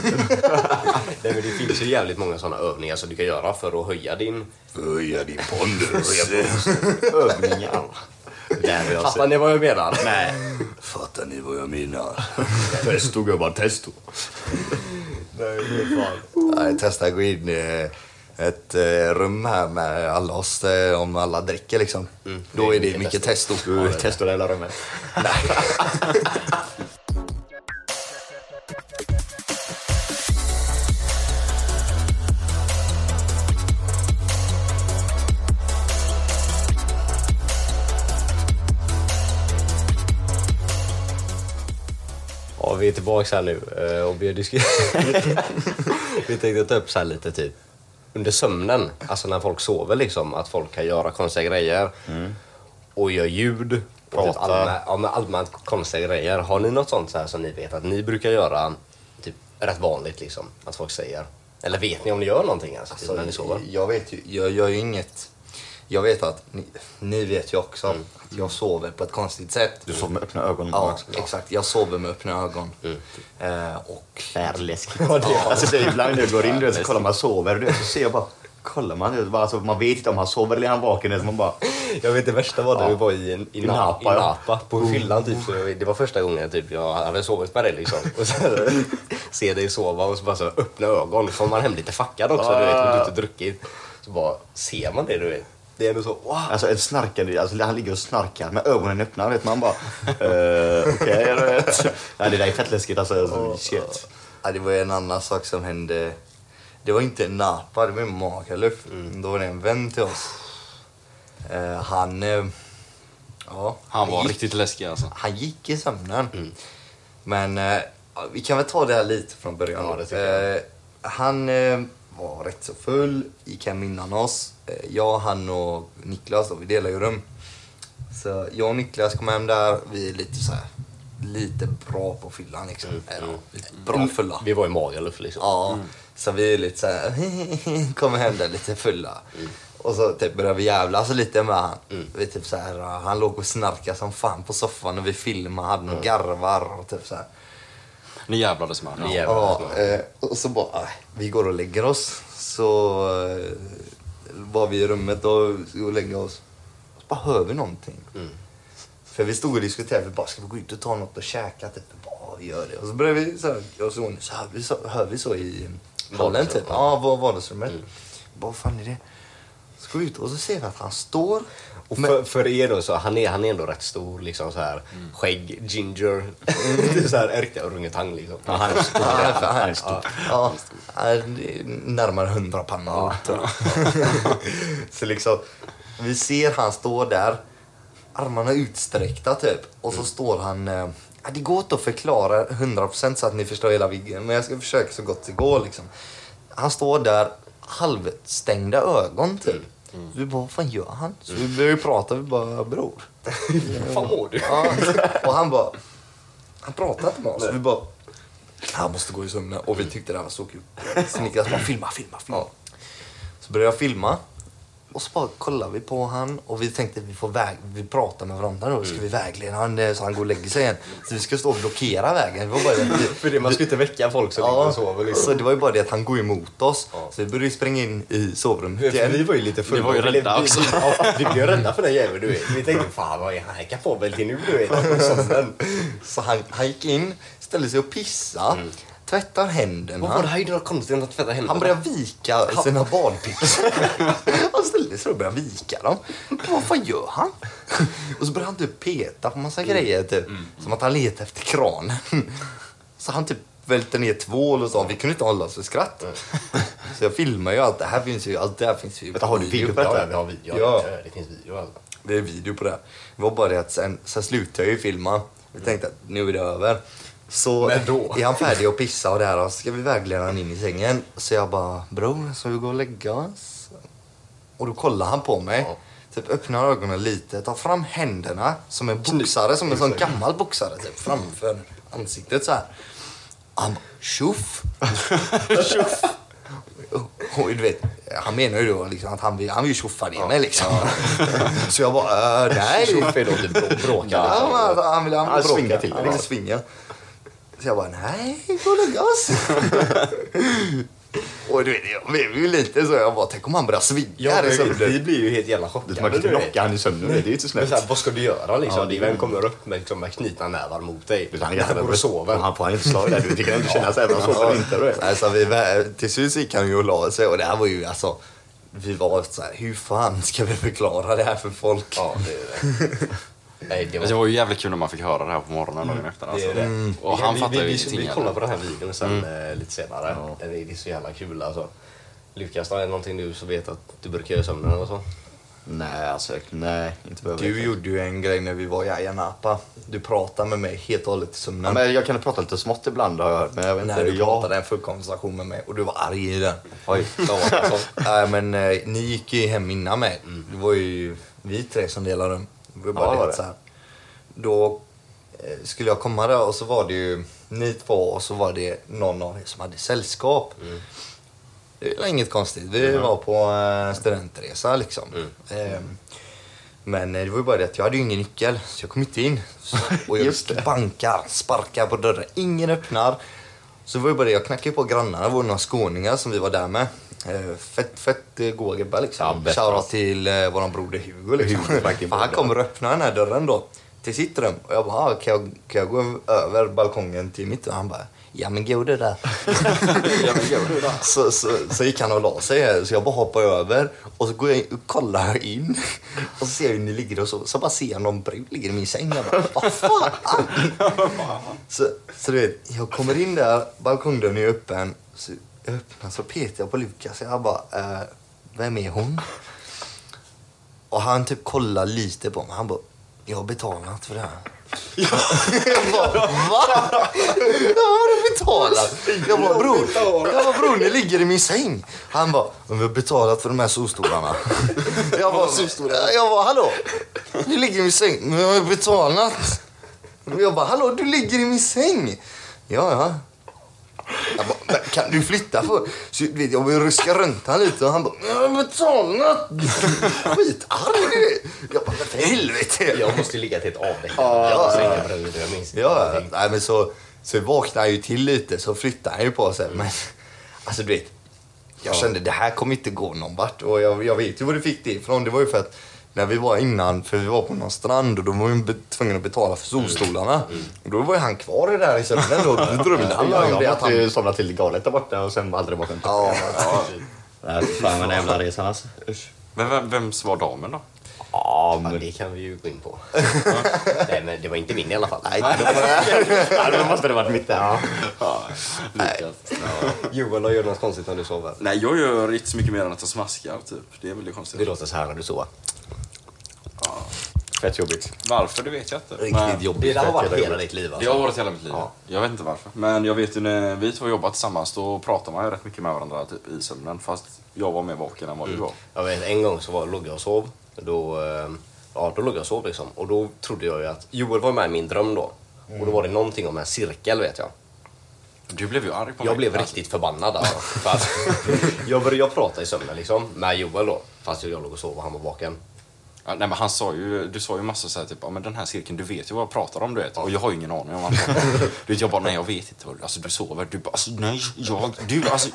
Speaker 2: nej, men det finns ju jävligt många sådana övningar som du kan göra för att höja din...
Speaker 1: Höja din pondus.
Speaker 3: Övningar. Där har jag sett.
Speaker 2: ni vad jag menar?
Speaker 3: Nej.
Speaker 1: Fattar ni vad jag menar?
Speaker 3: Testo gubbar, testo.
Speaker 1: Nej, testa gå in eh, ett eh, rum här med alla oss, eh, om alla dricker liksom.
Speaker 3: Mm.
Speaker 1: Då är det mycket testo.
Speaker 3: Du testar hela rummet.
Speaker 2: Ja, vi är tillbaka här nu eh, och vi har diskuterat... vi tänkte ta upp så här lite typ under sömnen, alltså när folk sover liksom, att folk kan göra konstiga grejer och gör ljud. och Typ
Speaker 3: Prata.
Speaker 2: allmä, ja, men allmänt konstiga grejer. Har ni något sånt så här som ni vet att ni brukar göra typ rätt vanligt liksom, att folk säger? Eller vet ni om ni gör någonting ens, typ,
Speaker 1: Alltså,
Speaker 2: när ni sover?
Speaker 1: Jag vet ju, jag gör ju inget. Jag vet att ni, ni vet ju också att jag sover på ett konstigt sätt.
Speaker 3: Du sover med öppna ögon.
Speaker 1: Ja, exakt. Jag sover med öppna ögon. Eh, och
Speaker 3: Där läskigt. Alltså det är ibland jag går in du vet, så kollar man sover och du vet, så ser jag bara Kollar man, du vet, bara, alltså, man vet inte om han sover eller är han vaken. eller så Man bara,
Speaker 2: Jag vet det värsta var när
Speaker 3: Ja.
Speaker 2: vi var i, en- i,
Speaker 3: I
Speaker 2: Na-
Speaker 3: Napa,
Speaker 2: i
Speaker 3: ja.
Speaker 2: Napa på fyllan typ. Så det var första gången typ, jag hade sovit med dig liksom. Och så ser dig sova och så bara så öppna ögon. Får man hem lite fackad också du vet, och du inte druckit. Så bara ser man det du vet. Det är ändå så wow.
Speaker 3: alltså en snarkande, alltså, han ligger och snarkar med ögonen öppna. Vet, man bara, eh, okej du vet. Ja, det där är fett läskigt alltså. alltså shit.
Speaker 1: ja, det var en annan sak som hände. Det var inte Napa, det var i Magaluf. Då var det en vän till oss. Eh, han... Eh, ja,
Speaker 4: Han var
Speaker 1: gick-
Speaker 4: riktigt läskig alltså.
Speaker 1: Han gick i sömnen.
Speaker 2: Mm.
Speaker 1: Men eh, ja, vi kan väl ta det här lite från början.
Speaker 2: Ja, det tycker jag.
Speaker 1: Eh, han eh, var rätt så full, gick hem innan oss. Eh, jag, han och Niklas, då, vi delar ju rum. Så jag och Niklas kom hem där, vi är lite så här, lite bra på fyllan liksom.
Speaker 2: Mm,
Speaker 1: Eller, ja, lite bra fulla.
Speaker 2: Vi var i Magaluf liksom.
Speaker 1: Ja, så vi är lite så här, kommer hem där lite fulla. Och så typ börjar vi jävlas lite med han. Vi typ så här, uh, han låg och snarkade som fan på soffan och vi filmade han och garvar och typ så här.
Speaker 4: Ni jävlades med honom.
Speaker 2: Ni jävlar,
Speaker 1: Ja,
Speaker 2: alltså.
Speaker 1: eh, och så bara, "Aj, vi går och lägger oss. Så eh, var vi i rummet och skulle lägga oss. Så bara hör vi någonting.
Speaker 2: Mm.
Speaker 1: För vi stod och diskuterade, vi bara, ska vi gå ut och ta något och käka? Typ. Vi bara, "Ja, vi gör det. Och så började vi så här, jag och Sonja, så hör vi så, hör vi så i hallen typ.
Speaker 2: Vardagsrummet.
Speaker 1: Ja, var- vardagsrummet. Mm. Bara, vad fan är det? Så går vi ut och så ser vi att han står.
Speaker 2: Och
Speaker 1: med-
Speaker 2: för, för er då, så, han, är, han är ändå rätt stor. Liksom, så här, Skägg, ginger. Det är så här, en riktig orangutang liksom.
Speaker 3: Han är stor. Han är
Speaker 1: Ja,
Speaker 3: stor.
Speaker 1: ja, det är närmare hundra pannor. tror jag. så liksom, vi ser han står där, armarna utsträckta typ. Och så står han... Eh, ja, det går inte att förklara 100% så att ni förstår hela viggen, men jag ska försöka så gott det går. Liksom. Han står där, halvstängda ögon typ. Vi bara, vad fan gör han? Så vi börjar ju prata, vi bara, bror.
Speaker 2: Hur fan mår du?
Speaker 1: Ja, och han bara... Han pratade inte med oss. Vi bara... Han måste gå i sömnen. Och vi tyckte det här var så kul. Så Niklas bara filma, filma, filma. Så började jag filma. Och så bara kollade vi på han och vi tänkte vi får väg, vi pratar med varandra då. Ska vi vägleda han eh, så han går och lägger sig igen? Så vi ska stå och blockera vägen. Det var bara det.
Speaker 2: För det, man ska inte väcka folk som ligger
Speaker 1: Ja,
Speaker 2: och sover. Liksom.
Speaker 1: så det var ju bara det att han går emot oss. Så vi började ju springa in i sovrummet
Speaker 2: För
Speaker 1: igen.
Speaker 2: vi var ju lite fulla.
Speaker 4: Ni var ju
Speaker 2: Vi blev-
Speaker 4: rädda också.
Speaker 2: Vi, ja, vi blev rädda för den jäveln du vet. Vi tänkte fan vad är han här kapabel till nu du vet. Och sånt där.
Speaker 1: Så han, han gick in, ställde sig och pissade, tvättar händerna.
Speaker 2: Vad var det här? Det är något konstigt att tvätta händerna.
Speaker 1: Han började vika sina badbyxor. Han ställde sig och började vika dem. Vad fan gör han? Och så började han typ peta på massa
Speaker 3: Mm.
Speaker 1: grejer. Typ. Som att han letade efter kranen. Så han typ välte ner tvål och så. Vi kunde inte hålla oss för skratt. Så jag filmar ju allt. Det här finns ju, allt det här finns ju
Speaker 3: Vänta, har du video på detta?
Speaker 2: Ja, vi har video.
Speaker 1: Ja.
Speaker 2: Ja. Det finns video alltså.
Speaker 1: Det är video på det. Det var bara det att sen, sen slutade jag ju filma. Vi tänkte att nu är det över. Så
Speaker 2: Mm. Men då?
Speaker 1: är han färdig att pissa och det här, så ska vi vägleda honom in i sängen. Så jag bara, bror, ska vi gå och lägga oss? Och då kollar han på mig.
Speaker 2: Ja.
Speaker 1: Typ öppnar ögonen lite, tar fram händerna som en boxare, som en sån gammal boxare typ, framför ansiktet så här. Han bara, tjoff! Och, du vet, han menar ju då liksom att han vill, han vill ju tjoffa ner mig liksom. Så jag bara, äh, nej.
Speaker 2: Tjoff är då typ brå- bråkar
Speaker 1: Ja,
Speaker 2: liksom.
Speaker 1: men alltså, han, han ville han
Speaker 3: Han
Speaker 1: vill bråka.
Speaker 3: svingar till det,
Speaker 1: Han ville
Speaker 3: liksom.
Speaker 1: svinga. Så jag bara, nej, gå och lägga oss. Och du vet, jag blev ju lite så. Jag bara, tänk om han börjar svinga här liksom." i
Speaker 2: vi
Speaker 1: sömnen.
Speaker 2: blir ju helt jävla
Speaker 3: Du
Speaker 2: chockade.
Speaker 3: man kan inte
Speaker 2: du vet.
Speaker 3: knocka han i sömnen, det är ju inte
Speaker 2: Men
Speaker 3: snällt.
Speaker 2: så här, vad ska du göra liksom?
Speaker 3: Ja, det är-
Speaker 2: Vem kommer upp med, liksom, med knutna nävar mot dig?
Speaker 3: Du,
Speaker 2: Han,
Speaker 3: är
Speaker 2: han går och
Speaker 3: nervös.
Speaker 2: sover.
Speaker 3: Han får han inte slag där, du vet, det kan inte kännas även om han sover inte. du vet.
Speaker 1: Nej, så Alltså, vi, vä- till slut gick han ju och la sig och det här var ju alltså. Vi var så här, hur fan ska vi förklara det här för folk?
Speaker 2: Ja, det är det. Nej, det var...
Speaker 4: Det var ju jävligt kul när man fick höra det här på morgonen dagen efter.
Speaker 2: Det
Speaker 4: Alltså.
Speaker 2: är det.
Speaker 4: Och han
Speaker 2: mm. vi,
Speaker 4: fattar
Speaker 2: vi,
Speaker 4: ju
Speaker 2: vi,
Speaker 4: ingenting.
Speaker 2: Vi
Speaker 4: heller.
Speaker 2: kollar på den här videon sen eh, lite senare. Den är, det är så jävla kul alltså. Lukas, har det någonting du så vet att du brukar göra i sömnen eller så?
Speaker 3: Nej, alltså nej, inte behöver
Speaker 1: Du gjorde ju en grej när vi var i Ayia Napa. Du pratade med mig helt och hållet i
Speaker 3: Ja,
Speaker 1: sömnen.
Speaker 3: men jag kan prata lite smått ibland har jag hört, men jag vet inte.
Speaker 1: När du
Speaker 3: jag...
Speaker 1: pratade en full konversation med mig och du var arg i den.
Speaker 3: Oj.
Speaker 1: Ja, alltså. Nej, men eh, ni gick ju hem innan mig. Det var ju vi tre som delade rum. Det var
Speaker 3: Mm. Ja,
Speaker 1: bara
Speaker 3: det var
Speaker 1: det.
Speaker 3: det.
Speaker 1: Så här. Då eh, skulle jag komma där och så var det ju ni två och så var det någon av er som hade sällskap.
Speaker 3: Mm.
Speaker 1: Det var inget konstigt. Vi var på eh, studentresa liksom.
Speaker 3: Mm.
Speaker 1: Ehm, men eh, det var ju bara det att jag hade ju ingen nyckel så jag kom inte in. Så- Och jag
Speaker 3: Just det.
Speaker 1: bankar, sparkar på dörren. Ingen öppnar. Så det var ju bara det, jag knackade ju på grannarna. Det var några skåningar som vi var där med. Eh, Fett, fett eh, goa gubbar
Speaker 3: Ja,
Speaker 1: liksom.
Speaker 3: bäst. alltså.
Speaker 1: Shoutout till eh, våran broder Hugo liksom.
Speaker 3: Hugo, fucking
Speaker 1: För han
Speaker 3: broder.
Speaker 1: kommer och öppnar den här dörren då. Till sitt rum. Och jag bara, ah, kan, jag, kan jag gå över balkongen till mitt? Och han bara, ja men gå det där. Så, så, så gick han och la sig här, så jag bara hoppar över och så går jag in och kollar in och så ser jag hur ni ligger och så, så bara ser jag någon brud ligger i min säng. Jag bara, vad fan? Så, så du vet, jag kommer in där, balkongdörren är öppen, så jag öppnar så petar jag på Lukas och jag bara, eh, vem är hon? Och han typ kollar lite på mig, han bara, jag har betalat för det här. Jag bara, va? Jag har betalat. Jag bara, bror, jag bara, bror, ni ligger i min säng. Han bara, men vi har betalat för de här solstolarna. Jag bara, jag bara hallå, ni ligger i min säng. Men jag har ju betalat. Jag bara, hallå, du ligger i min säng. Ja, ja. Jag bara, men kan du flytta för? Så, du vet, jag började ruska runt han lite och han bara, jag har betalat. Skitarg du vet. Jag bara, men för helvete.
Speaker 2: Jag måste ju ligga till ett avdäck. Ja, så inga bröder, jag minns inte
Speaker 1: Ja,
Speaker 2: någonting.
Speaker 1: nej, men så, så vaknade han ju till lite, så flyttade han ju på sig. Men alltså du vet, jag kände det här kommer inte gå någon vart. Och jag, jag vet ju var du fick det ifrån. Det var ju för att när vi var innan, för vi var på någon strand och då var vi be- tvungna att betala för solstolarna. Och då var ju han kvar i det här i sömnen och då drömde han
Speaker 3: Mm. Ja,
Speaker 1: om det
Speaker 3: jag
Speaker 1: att
Speaker 3: måste
Speaker 1: han...
Speaker 3: ju somna till galet där borta och sen aldrig vakna upp.
Speaker 1: Ja,
Speaker 3: Nej, fy fan vad den jävla resan alltså. Usch.
Speaker 4: Men vem, vems var damen då?
Speaker 3: Ja,
Speaker 2: Ja,
Speaker 3: men...
Speaker 2: det kan vi ju gå in på. Nej, men det var inte min i alla fall.
Speaker 3: Ja, då måste det varit mitt där. Ja.
Speaker 2: Joel har gjort något konstigt när du sover.
Speaker 4: Nej, jag gör inte så mycket mer än att jag smaskar typ. Det är väl det
Speaker 2: Det
Speaker 4: konstiga.
Speaker 2: låter så här när du sover.
Speaker 3: Fett jobbigt.
Speaker 4: Varför, det vet jag inte.
Speaker 1: riktigt jobbigt.
Speaker 2: Det där har
Speaker 1: vet jag.
Speaker 2: varit hela ditt liv
Speaker 4: Det har
Speaker 2: alltså.
Speaker 4: varit hela mitt liv. Jag vet inte varför. Men jag vet ju när vi två jobbat tillsammans då pratar man ju rätt mycket med varandra typ i sömnen. Fast jag var mer vaken än vad du var.
Speaker 2: Jag vet, en gång så var, låg jag och sov. Då, eh, ja, då låg jag och sov liksom. Och då trodde jag ju att Joel var med i min dröm då. Och då var det någonting om en cirkel vet jag.
Speaker 4: Du blev ju arg på mig.
Speaker 2: Jag blev riktigt förbannad alltså. För att jag började jag prata i sömnen liksom med Joel då. Fast jag låg och sov och han var vaken.
Speaker 4: Ja, nej men han sa ju, du sa ju massa såhär typ, ja men den här cirkeln, du vet ju vad jag pratar om du vet. Och jag har ju ingen aning om vad han pratar om. Du vet, jag bara, nej jag vet inte vad du, alltså du sover. Du bara, alltså nej, jag, du, alltså,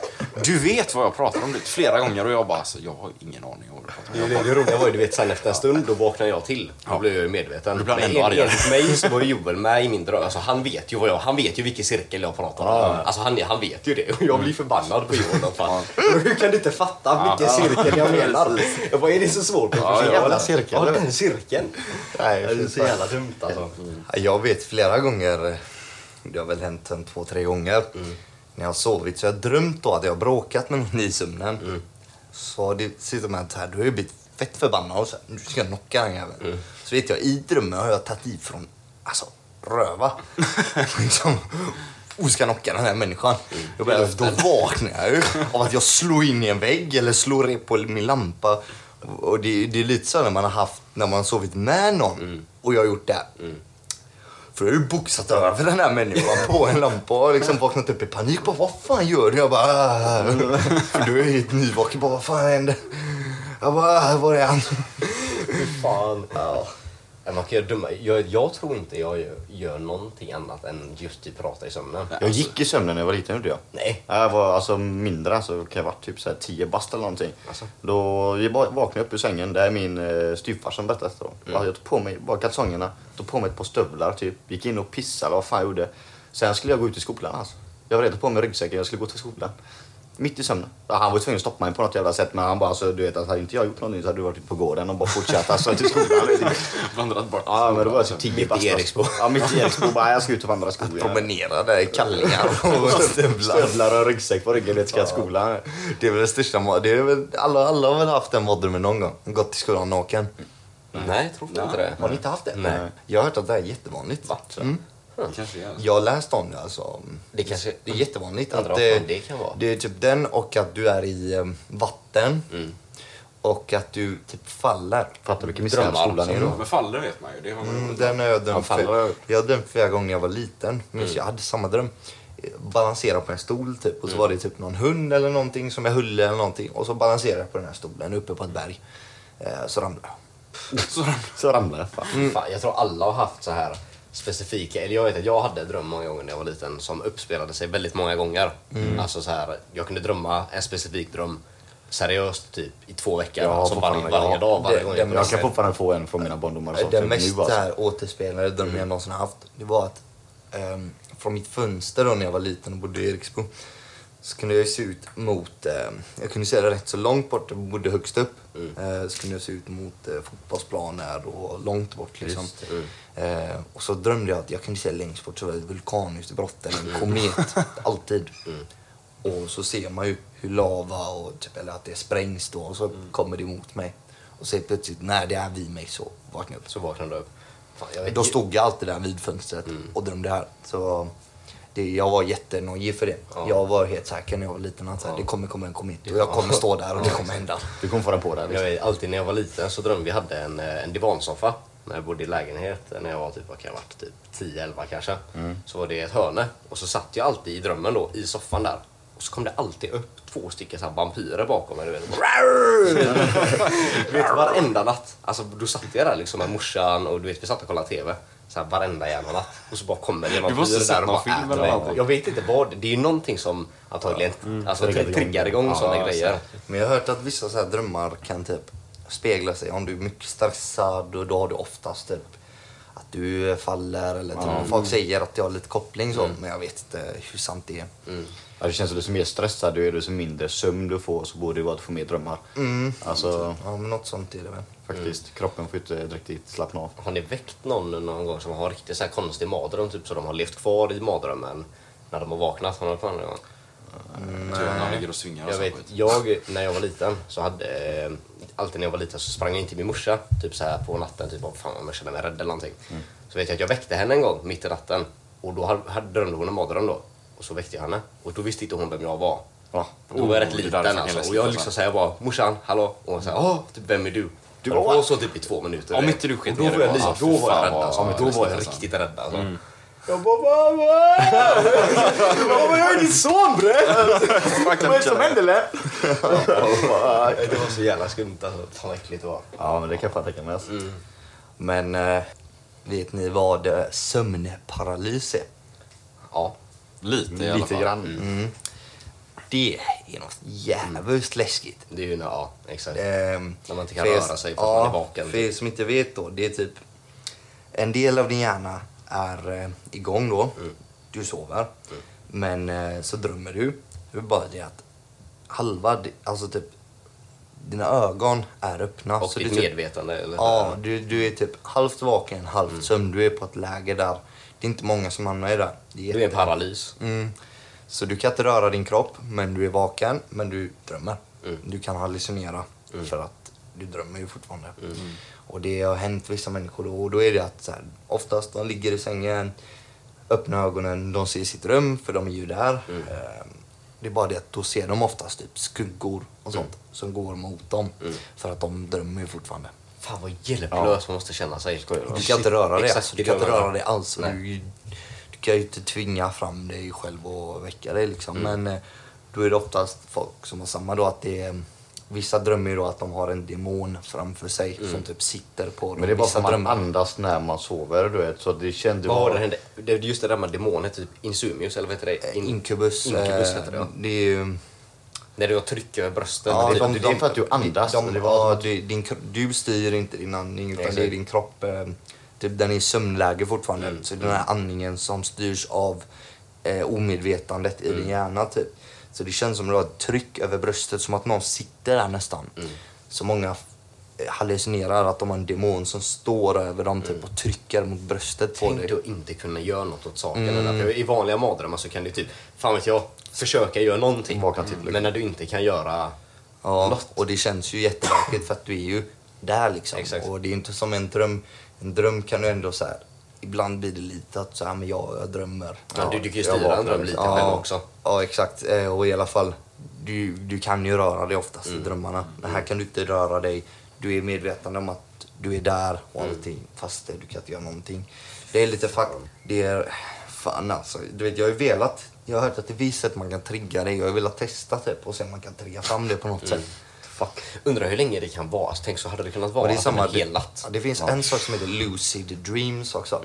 Speaker 4: du vet vad jag pratar om du vet. Flera gånger och jag bara, alltså jag har ingen aning om vad du pratar om.
Speaker 2: Det,
Speaker 4: Jag
Speaker 2: det,
Speaker 4: bara,
Speaker 2: det roliga var ju, du vet, sen efter en stund då vaknade jag till. Då blev jag ju medveten.
Speaker 4: Då blev han
Speaker 2: Men
Speaker 4: ändå
Speaker 2: en-
Speaker 4: argare.
Speaker 2: enligt mig så var ju Joel med i min dröm. Alltså, han vet ju vad jag, han vet ju vilken cirkel jag pratar om. Alltså han, han vet ju det. Och jag blir förbannad på Joel. då, fan. Hur kan du inte fatta vilken cirkel jag menar? Jag bara, är det så svårt att förstå?
Speaker 3: jävla cirkel,
Speaker 2: Ja,
Speaker 3: eller?
Speaker 2: den cirkeln.
Speaker 1: Nej,
Speaker 2: Det är
Speaker 1: fy
Speaker 2: så
Speaker 1: fan.
Speaker 2: jävla dumt alltså.
Speaker 1: Ja, Jag vet flera gånger, det har väl hänt en två, tre gånger, när jag har sovit så jag har drömt då att jag har bråkat med någon i sömnen. Så har det sitter man så här, då har jag blivit fett förbannad och så här, nu ska jag knocka den jäveln. Så vet jag, i drömmen har jag tagit ifrån, alltså röva. liksom, och ska knocka den här människan. Jag bara, då vaknar jag ju av att jag slår in i en vägg eller slår rep på min lampa. Och det, det är lite så när man har haft, när man har sovit med någon och jag har gjort det. För jag har ju boxat över den här människan på en lampa och liksom vaknat upp i panik. Bara, vad fan gör du? Jag bara... "Ah." För du är jag helt nyvaken. Bara, vad fan händer? Jag bara, "Ah, var är han?
Speaker 2: Fan. Nej, Man kan göra dumma. Jag, jag tror inte jag gör, gör någonting annat än just typ prata i sömnen.
Speaker 3: Jag gick i sömnen när jag var liten gjorde jag.
Speaker 2: Nej.
Speaker 3: Jag var alltså mindre, alltså, kan jag ha varit typ så här 10 bast eller någonting.
Speaker 2: Alltså.
Speaker 3: Då jag bara vaknade jag upp ur sängen, det är min eh, styvfarsa som berättade
Speaker 2: Mm.
Speaker 3: detta. då. Alltså, Jag tog på mig bara kalsongerna, tog på mig ett par stövlar typ, gick in och pissade eller vad fan jag gjorde. Sen skulle jag gå ut i skolan alltså. Jag var redan på mig ryggsäcken, jag skulle gå till skolan. Mitt i sömnen. Ja, han var tvungen att stoppa mig på något jävla sätt men han bara alltså, du vet att hade inte jag gjort någonting så hade du varit ute på gården och bara fortsatt alltså till skolan.
Speaker 4: Blandat bort.
Speaker 3: Ja men det var typ 10
Speaker 2: Mitt i
Speaker 3: bast. alltså.
Speaker 2: Eriksbo.
Speaker 3: Ja mitt i Eriksbo. Bara jag ska ut och vandra i skogen.
Speaker 1: Promenera där i kallingar och stövlar.
Speaker 3: Stövlar och ryggsäck på ryggen, det ska till skolan.
Speaker 1: Det är väl den största mod- det är väl, alla, alla har väl haft den mardrömmen någon gång? Gått till skolan naken.
Speaker 2: Nej, jag tror fan inte det.
Speaker 1: Har ni inte haft det?
Speaker 2: Nej.
Speaker 1: Jag har hört att det här är jättevanligt. Mm.
Speaker 4: Kanske det är.
Speaker 1: Jag har läst om det alltså.
Speaker 2: Det kanske-
Speaker 1: det är jättevanligt
Speaker 2: Undrar
Speaker 1: att
Speaker 2: vad
Speaker 1: eh,
Speaker 2: fan det kan vara.
Speaker 1: det är typ den och att du är i eh, vatten
Speaker 2: Mm.
Speaker 1: och att du typ faller.
Speaker 3: Fattar du vilken misär
Speaker 2: Drömmar
Speaker 3: skolan är då?
Speaker 4: Men faller vet man ju. Det har man ju-
Speaker 1: Mm, Den har jag
Speaker 3: Han
Speaker 1: drömt
Speaker 3: faller
Speaker 1: flera,
Speaker 3: över.
Speaker 1: jag Mm. har drömt flera gånger när jag var liten. Men Jag hade samma dröm. Eh, Balansera på en stol typ. Och så var det typ någon hund eller någonting som jag höll eller någonting. Och så balanserade jag på den här stolen uppe på ett berg. Eh, Så ramlade jag.
Speaker 4: Så ramlar
Speaker 3: Så ramlar jag. Fan.
Speaker 2: Mm. Fan, jag tror alla har haft så här specifika, eller jag vet att jag hade en dröm många gånger när jag var liten som uppspelade sig väldigt många gånger.
Speaker 3: Mm.
Speaker 2: Alltså så här, jag kunde drömma en specifik dröm seriöst typ i två veckor.
Speaker 3: Ja,
Speaker 2: alltså varje,
Speaker 3: fortfarande, ja.
Speaker 2: varje dag, varje
Speaker 1: Det-
Speaker 2: gång
Speaker 1: det-
Speaker 2: jag
Speaker 1: men
Speaker 3: Jag
Speaker 2: drömde.
Speaker 3: kan fortfarande få en från mina barndomar. och sånt
Speaker 1: Den
Speaker 3: nu,
Speaker 1: mest
Speaker 3: alltså.
Speaker 1: så här återspelade drömmen jag någonsin haft det var att ehm, från mitt fönster då när jag var liten och bodde i Eriksbo så kunde jag ju se ut mot, ehm, jag kunde se det rätt så långt bort, jag bodde högst upp. Eh, så kunde jag se ut mot eh, fotbollsplaner och långt bort liksom. Eh, och så drömde jag att jag kunde se längst bort så var det ett vulkanutbrott eller en komet, alltid. Och så ser man ju hur lava och typ, eller att det sprängs då och så kommer det emot mig. Och så plötsligt när det är vid mig så vaknar jag upp.
Speaker 2: Så vaknade jag upp. Fan, jag vet,
Speaker 1: Då stod jag alltid där vid fönstret och drömde här. Så det, jag var jättenojig för det. Jag var helt säker när jag var liten att så här, det kommer komma en komet och jag kommer stå där och det kommer hända.
Speaker 3: Du kommer få den på dig.
Speaker 2: Jag
Speaker 3: Liksom.
Speaker 2: vet, alltid när jag var liten så drömde vi hade en, eh, en divansoffa när jag bodde i lägenhet när jag var typ, vad kan jag ha varit, typ 10-11 kanske.
Speaker 3: Mm.
Speaker 2: Så var det ett hörne och så satt jag alltid i drömmen då i soffan där. Och så kom det alltid upp två stycken så här vampyrer bakom mig. Du vet, du vet varenda natt. Alltså då satt jag där liksom med morsan och du vet vi satt och kollade TV. Så här, varenda jävla natt. Och så bara kommer det
Speaker 4: måste ha
Speaker 2: vampyrer
Speaker 4: sett
Speaker 2: där och
Speaker 4: någon
Speaker 2: bara
Speaker 4: film
Speaker 2: äter
Speaker 4: eller
Speaker 2: mig.
Speaker 4: någonting.
Speaker 2: Jag vet inte vad. Det är ju någonting som antagligen alltså,
Speaker 3: Mm. Triggar
Speaker 2: triggar igång
Speaker 3: igång.
Speaker 2: sådana
Speaker 3: Ja,
Speaker 2: grejer.
Speaker 1: Men jag har hört att vissa så här drömmar kan typ spegla sig. Om du är mycket stressad och då har du oftast typ att du faller eller typ, folk säger att jag har lite koppling så men jag vet inte hur sant det är.
Speaker 3: Ja, Alltså, det känns som desto mer stressad du är, desto mindre sömn du får så borde det vara att du får mer drömmar. Alltså
Speaker 1: Ja, men något sånt är det väl.
Speaker 3: faktiskt, kroppen får inte riktigt slappna av.
Speaker 2: Har ni väckt någon någon gång som har riktigt så här konstig mardröm, typ så de har levt kvar i mardrömmen när de har vaknat? Har ni varit på någon gång?
Speaker 4: Tror jag när han ligger och svingar och
Speaker 2: Jag
Speaker 4: så.
Speaker 2: vet, jag, när jag var liten så hade, eh, alltid när jag var liten så sprang jag in till min morsa, typ så här på natten, typ bara, fan om jag känner mig rädd eller någonting. Så vet jag att jag väckte henne en gång, mitt i natten, och då hade, hade, drömde hon en mardröm då. Och så väckte jag henne, och då visste inte hon vem jag var.
Speaker 3: Ja.
Speaker 2: Då var jag
Speaker 4: Oh,
Speaker 2: rätt
Speaker 4: det där
Speaker 2: liten
Speaker 4: är så
Speaker 2: alltså.
Speaker 4: läskigt,
Speaker 2: Och jag
Speaker 4: alltså.
Speaker 2: liksom såhär bara, morsan, hallå? Och hon såhär, åh, typ, vem är du? Du var på så typ i två minuter.
Speaker 4: Om inte du sket
Speaker 2: Och
Speaker 4: ner
Speaker 2: Då var jag,
Speaker 4: dig bara,
Speaker 2: lite- då var jag
Speaker 4: fan,
Speaker 2: rädd
Speaker 4: vad-
Speaker 2: alltså.
Speaker 4: vad
Speaker 2: Då var jag
Speaker 4: läskigt, alltså.
Speaker 2: riktigt rädd alltså.
Speaker 3: Jag bara mamma! jag bara jag är din son bre! Vad är det som händer eller?
Speaker 2: Det var så jävla skumt alltså. Fan vad äckligt det var.
Speaker 3: Ja men det kan jag fan tänka mig. alltså.
Speaker 1: Men eh, vet ni vad eh, sömnparalys är?
Speaker 2: Ja.
Speaker 4: Lite i alla
Speaker 3: Lite
Speaker 4: fall.
Speaker 3: grann.
Speaker 1: Mm. Det är något jävligt läskigt.
Speaker 2: Det är ju, ja exakt.
Speaker 1: Ehm,
Speaker 2: När man inte kan
Speaker 1: för er-
Speaker 2: röra sig för att man är vaken.
Speaker 1: För er som inte vet då, det är typ en del av din hjärna är eh, igång då.
Speaker 2: Mm.
Speaker 1: Du sover. Men eh, så drömmer du. Det är bara det att halva, di- alltså typ dina ögon är öppna.
Speaker 2: Och
Speaker 1: så
Speaker 2: ditt
Speaker 1: det är typ-
Speaker 2: medvetande. Mm. Eller
Speaker 1: Ja, du, du är typ halvt vaken, halvt sömn. Du är på ett läge där det är inte många som hamnar i det. det
Speaker 2: Du är en paralys.
Speaker 1: Mm. Så du kan inte röra din kropp, men du är vaken, men du drömmer. Du kan hallucinera, för att du drömmer ju fortfarande. Och det har hänt vissa människor då, och då är det att så här, oftast de ligger i sängen, öppnar ögonen, de ser sitt rum, för de är ju där. Eh, Det är bara det att då ser de oftast typ skuggor och sånt som går mot dem, för att de drömmer ju fortfarande.
Speaker 2: Fan vad hjälplös man måste känna sig.
Speaker 1: Du kan inte röra dig,
Speaker 2: Exakt,
Speaker 1: alltså, du
Speaker 2: det
Speaker 1: kan
Speaker 2: jag
Speaker 1: inte
Speaker 2: menar.
Speaker 1: röra dig alls. och
Speaker 2: Nej.
Speaker 1: Du, du kan ju inte tvinga fram dig själv och väcka dig liksom. Men eh, då är det oftast folk som har samma då att det är Vissa drömmer ju då att de har en demon framför sig som typ sitter på dem.
Speaker 3: Men det är bara för
Speaker 1: Vissa
Speaker 3: att man
Speaker 1: drömmar-
Speaker 3: andas när man sover, du vet. Så det kände
Speaker 2: Vad var det den hände? Det är just det där med demoner, typ Insumius eller vad heter det?
Speaker 1: Eh,
Speaker 2: In-
Speaker 1: Incubus.
Speaker 2: Incubus
Speaker 1: eh,
Speaker 2: heter det ja.
Speaker 1: det är ju... mm,
Speaker 2: När du trycker över brösten.
Speaker 1: Ja,
Speaker 2: typ.
Speaker 3: det- det är för att du andas,
Speaker 1: De,
Speaker 3: men
Speaker 1: de,
Speaker 3: det var-
Speaker 1: ja, det- din, kro- du styr inte din andning utan
Speaker 2: Exakt.
Speaker 1: det är din kropp. Eh, typ, den är i sömnläge fortfarande.
Speaker 3: Mm,
Speaker 1: Så den här andningen som styrs av eh, omedvetandet i
Speaker 3: Mm.
Speaker 1: din hjärna. Typ. Så det känns som att du har ett tryck över bröstet, som att någon sitter där nästan.
Speaker 3: Mm.
Speaker 1: Så många eh, hallucinerar att de har en demon som står över dem
Speaker 3: Mm.
Speaker 1: typ, och trycker mot bröstet på
Speaker 2: Tänk
Speaker 1: dig.
Speaker 2: att inte kunna göra något åt saken.
Speaker 1: Mm.
Speaker 2: eller att- I vanliga mardrömmar så kan du typ, fan vet jag, försöka göra någonting.
Speaker 3: Vakna till.
Speaker 1: liksom.
Speaker 2: Men när du inte kan göra...
Speaker 1: Ja, och det känns ju jätteverkligt för att du är ju där liksom.
Speaker 2: Exakt.
Speaker 1: Och det är inte som en dröm. En dröm kan du ändå så här. Ibland blir det lite att så här, men jag, jag drömmer.
Speaker 2: Ja, du- du kan ju
Speaker 3: jag
Speaker 2: styra en
Speaker 3: vaknar
Speaker 2: dröm lite
Speaker 3: liksom.
Speaker 2: själv också.
Speaker 1: Ja, exakt. Eh, Och i alla fall, du, du kan ju röra dig oftast
Speaker 2: Mm.
Speaker 1: i drömmarna. Men här kan du inte röra dig. Du är medveten om att du är där och
Speaker 2: Mm.
Speaker 1: allting. Fast eh, du kan inte göra någonting. Det är lite fuck. Det är... Fan alltså. Du vet, jag har ju velat... Jag har hört att det finns sätt man kan trigga det. Jag har velat testa typ och se om man kan trigga fram det på något
Speaker 2: Mm.
Speaker 1: sätt.
Speaker 2: Fuck. Undrar hur länge det kan vara. Så tänk så hade det kunnat vara
Speaker 1: Och det, är
Speaker 2: att
Speaker 1: samma,
Speaker 2: en hel natt. Mm.
Speaker 1: Ja, det finns en sak som heter lucid dreams också.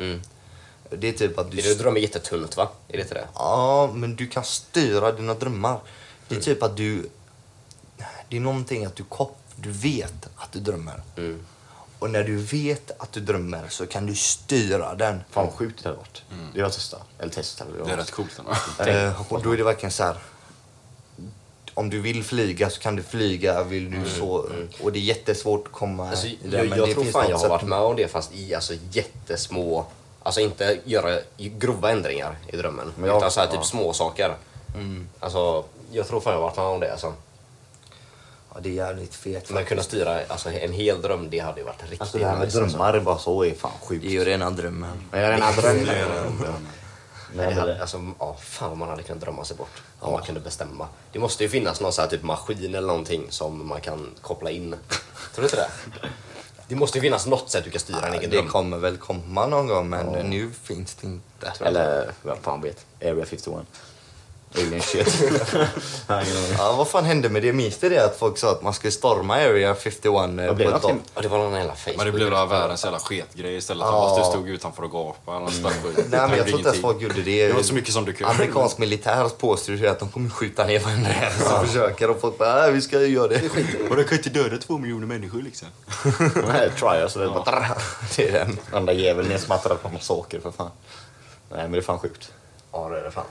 Speaker 1: Det är typ att du...
Speaker 2: Det du drömmer jättetunt va? Är det inte det?
Speaker 1: Ja, men du kan styra dina drömmar. Det är
Speaker 2: Mm.
Speaker 1: typ att du... Det är någonting att du, kop- du vet att du drömmer.
Speaker 2: Mm.
Speaker 1: Och när du vet att du drömmer så kan du styra den.
Speaker 3: Fan vad sjukt det hade varit. Det var testa. Eller testa. eller vad
Speaker 4: Det är
Speaker 3: var.
Speaker 4: rätt coolt ändå.
Speaker 1: Eh, och då är det verkligen så här... Om du vill flyga så kan du flyga. Vill du så... Och det är jättesvårt att komma...
Speaker 2: Mm. Alltså,
Speaker 1: i det,
Speaker 2: jag
Speaker 1: men
Speaker 2: jag
Speaker 1: det
Speaker 2: tror
Speaker 1: finns
Speaker 2: fan
Speaker 1: något
Speaker 2: jag har
Speaker 1: sätt-
Speaker 2: varit med om det fast i alltså, jättesmå, alltså inte göra grova ändringar i drömmen.
Speaker 3: Men jag-
Speaker 2: utan så här, typ
Speaker 3: ja.
Speaker 2: små saker. Alltså, jag tror fan jag har varit med om det alltså.
Speaker 1: Ja, det är jävligt fet.
Speaker 2: Men kunna styra alltså, en hel dröm, det hade ju varit riktigt
Speaker 3: Alltså det här med
Speaker 2: nice, alltså.
Speaker 3: drömmar bara så är fan sjukt.
Speaker 1: Det är ju rena drömmen.
Speaker 3: Men jag är en annan dröm.
Speaker 2: Nej, det hade,
Speaker 3: Nej,
Speaker 2: alltså, ja, fan vad man hade kunnat drömma sig bort. Om man kunde bestämma. Det måste ju finnas någon så här typ maskin eller någonting som man kan koppla in. Tror du inte det? Det måste ju finnas något sätt du kan styra en egen
Speaker 1: Det
Speaker 2: dröm.
Speaker 1: kommer väl komma någon gång, men nu finns det inte.
Speaker 3: Eller vem fan vet. Area 51. Alien shit. Nej, ingen aning.
Speaker 1: Ja, vad fan hände med det? Minns du det att folk sa att man skulle storma Area 51? eh,
Speaker 3: Vad blev
Speaker 1: på ett
Speaker 3: det?
Speaker 1: tag?
Speaker 2: Ja, det var någon jävla Facebook.
Speaker 4: Men det blev då världens jävla sketgrej istället. Han bara stod utanför och gapade. Han stack skit.
Speaker 1: Nej, men jag
Speaker 4: Gjorde
Speaker 1: tror inte att
Speaker 4: ingenting.
Speaker 1: folk gjorde det.
Speaker 4: Det var så mycket som du kunde.
Speaker 1: Amerikansk militär påstår ju att de kommer skjuta ner varenda en som försöker och folk bara, "Nej, vi ska ju göra det.
Speaker 4: Och de kan inte döda två miljoner människor liksom.
Speaker 3: Nej, try us. Det är bara trrr.
Speaker 1: Det är den.
Speaker 3: Andra jäveln nedsmattrad på massaker för fan. Nej men det är fan sjukt.
Speaker 2: Ja, det är det fan.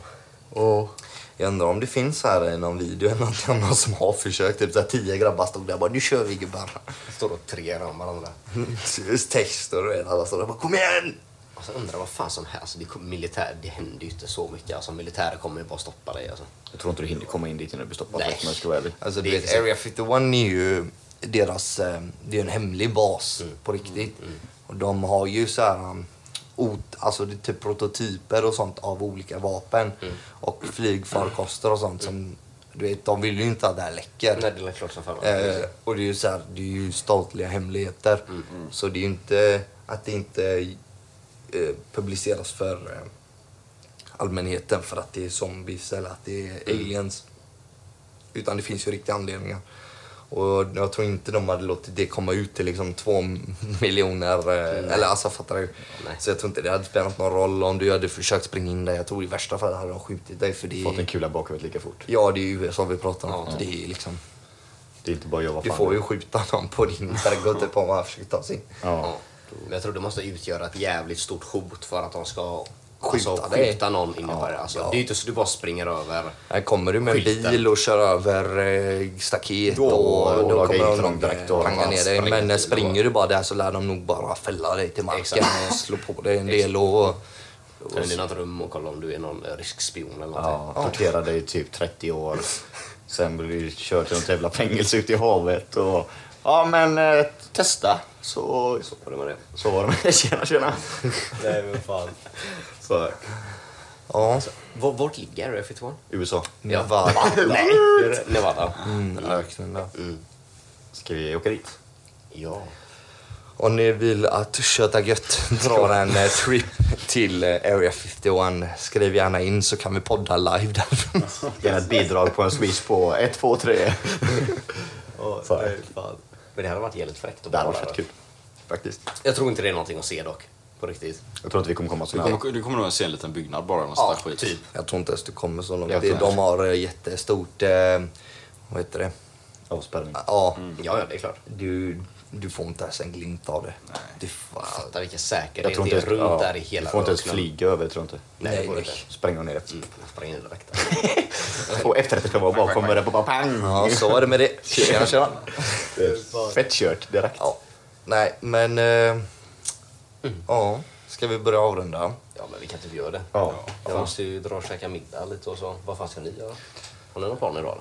Speaker 1: Och jag undrar om det finns här i någon video eller någonting om någon som har försökt. Typ så här, tio grabbar stod där och bara, nu kör vi gubbar.
Speaker 2: Står och trear om varandra.
Speaker 4: Mm.
Speaker 1: Text och du vet, alla stod där och bara, kom igen!
Speaker 2: Alltså undrar vad fan som helst. Alltså, det, kom- militär, det händer ju inte så mycket. Alltså militärer kommer ju bara stoppa dig alltså.
Speaker 3: Jag tror inte du hinner komma in dit innan du blir stoppad.
Speaker 2: Nej.
Speaker 3: Nej. Men jag ska vara ärlig.
Speaker 1: Alltså,
Speaker 2: Det
Speaker 1: du
Speaker 2: är
Speaker 1: vet,
Speaker 2: inte så-
Speaker 1: Area 51 är ju deras... eh, Det är en hemlig bas
Speaker 2: Mm.
Speaker 1: på riktigt. Och de har ju så här... um, Ot, alltså det är typ prototyper och sånt av olika vapen.
Speaker 2: Mm.
Speaker 1: Och flygfarkoster och sånt som... Du vet, de vill ju inte att det här läcker.
Speaker 2: Nej, det är klart som fan.
Speaker 1: Eh, och det är ju så här, det är ju statliga hemligheter. Så det är ju inte att det inte eh, publiceras för eh, allmänheten för att det är zombies eller att det är aliens. Utan det finns ju riktiga anledningar. Och jag tror inte de hade låtit det komma ut till liksom två miljoner, eh, eller alltså fattar du?
Speaker 2: Nej.
Speaker 1: Så jag tror inte det hade spelat någon roll om du hade försökt springa in där. Jag tror i värsta fall hade de skjutit dig för det
Speaker 3: Fått en
Speaker 1: är,
Speaker 3: kula bakåt lika fort.
Speaker 1: ja, det är ju USA vi pratar om.
Speaker 2: Ja.
Speaker 1: Det är liksom...
Speaker 3: Det är inte bara jag. vad
Speaker 1: Du
Speaker 3: fan
Speaker 1: får
Speaker 3: det är.
Speaker 1: ju skjuta någon på din trädgård typ, om man försöker ta sig in.
Speaker 3: Ja.
Speaker 2: Men jag tror det måste utgöra ett jävligt stort hot för att de ska
Speaker 1: Skjuta
Speaker 2: alltså,
Speaker 1: dig.
Speaker 2: skjuta någon inne på det. Alltså,
Speaker 1: ja.
Speaker 2: Det är ju inte så du bara springer över.
Speaker 1: Här kommer du med en
Speaker 2: Skiten.
Speaker 1: bil och kör över eh, staket
Speaker 3: Då-
Speaker 1: och då,
Speaker 3: då
Speaker 1: kommer de
Speaker 3: lagar in
Speaker 1: nog
Speaker 3: dem
Speaker 1: direkt
Speaker 3: direkt
Speaker 1: och
Speaker 3: och
Speaker 1: ranga ner dig.
Speaker 2: springer
Speaker 1: Men eh,
Speaker 2: till
Speaker 1: springer
Speaker 2: och-
Speaker 1: du bara där så lär de nog bara fälla dig till marken
Speaker 2: Exakt.
Speaker 1: och slå på dig en del och... och
Speaker 2: Ta in i något rum och kolla om du är någon rysk spion eller någonting.
Speaker 3: Ja, torterade i typ 30 år. Sen blev du körd till något jävla fängelse ute i havet. Och, ja, men eh, testa. Så, så,
Speaker 2: Var det med det?
Speaker 3: så var det med det. Tjena, tjena.
Speaker 2: Nej men fan.
Speaker 3: Så,
Speaker 1: ja,
Speaker 2: Vart, vart ligger Area 51?
Speaker 3: USA.
Speaker 1: ja. va?
Speaker 2: Nej, det är det. Nevada.
Speaker 1: Mm, öknen där.
Speaker 3: Ska vi åka dit?
Speaker 2: Ja.
Speaker 1: Om ni vill att Köta Gött drar en eh, trip till eh, Area 51 skriv gärna in så kan vi podda live därifrån.
Speaker 3: Gärna ett bidrag på en swish på 123.
Speaker 5: Åh,
Speaker 2: Fan.
Speaker 5: nej, fan.
Speaker 2: Men det hade varit jävligt fräckt att
Speaker 3: Det hade varit
Speaker 2: vara
Speaker 3: fett
Speaker 2: där.
Speaker 3: kul. Faktiskt.
Speaker 2: Jag tror inte det är någonting att se dock. På riktigt.
Speaker 3: Jag tror inte vi kommer komma så
Speaker 4: Du
Speaker 3: nära.
Speaker 4: kommer, du kommer nog se en liten byggnad bara. Någon ja, skit.
Speaker 2: typ.
Speaker 1: Jag tror inte ens du kommer så långt.
Speaker 3: Jag
Speaker 1: Det,
Speaker 3: tror
Speaker 1: de har eh, jättestort... Eh, vad heter det?
Speaker 3: Avspärrning.
Speaker 1: Ja,
Speaker 2: Ja, ja, det är klart.
Speaker 1: du, du får inte ens en glimt av det. Du, fan.
Speaker 2: Fattar vilken
Speaker 3: Jag
Speaker 2: säkerhet
Speaker 3: tror
Speaker 2: det
Speaker 3: inte
Speaker 2: är
Speaker 3: ens-
Speaker 2: runt
Speaker 3: ja,
Speaker 2: där i hela
Speaker 3: Du får inte ens
Speaker 2: öknen.
Speaker 3: flyga över, tror jag inte.
Speaker 2: Nej, det går
Speaker 1: Nej,
Speaker 2: inte. Mm,
Speaker 3: Spränga ner det.
Speaker 2: Jag Sprang in direkt.
Speaker 3: Och efterrätten ska vara bakom med det. Bara pang!
Speaker 1: Ja, så är det med det. Tjena,
Speaker 3: Tjena,
Speaker 1: tjena.
Speaker 3: tjena. Fett kört direkt.
Speaker 1: Ja. Nej, men... Eh, Ja, ska vi börja avrunda?
Speaker 2: Ja, men vi kan typ göra det.
Speaker 3: Ja.
Speaker 2: Jag måste ju dra och käka middag lite och så. Vad fan ska ni göra? Har ni någon plan idag?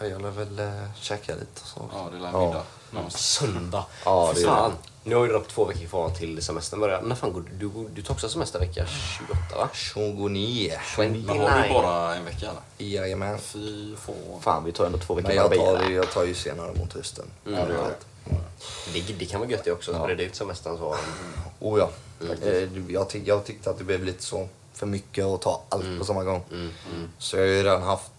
Speaker 2: eller?
Speaker 1: Jag lär väl eh, käka lite och så.
Speaker 4: Ja, det lär middag. någonstans.
Speaker 2: Söndag!
Speaker 3: Ja,
Speaker 2: Fy
Speaker 3: det är
Speaker 2: fan. Nu har ju knappt två veckor kvar till semestern börjar. När fan går du? Du, går- du tar också semester vecka 28 va?
Speaker 1: 29.
Speaker 2: 29.
Speaker 4: Men har du bara en vecka eller?
Speaker 1: Jajamän.
Speaker 4: Fy fan.
Speaker 3: Fan, vi tar ändå två veckor
Speaker 1: Men jag
Speaker 3: Marbella.
Speaker 1: tar, jag tar ju senare mot hösten.
Speaker 4: Ja, det gör det.
Speaker 2: Det, det kan vara gött det också. Reda ut semestern så.
Speaker 1: Oh ja. Eh, Jag, ty- jag tyckte att det blev lite så för mycket att ta allt
Speaker 2: Mm.
Speaker 1: på samma gång. Så jag har ju redan haft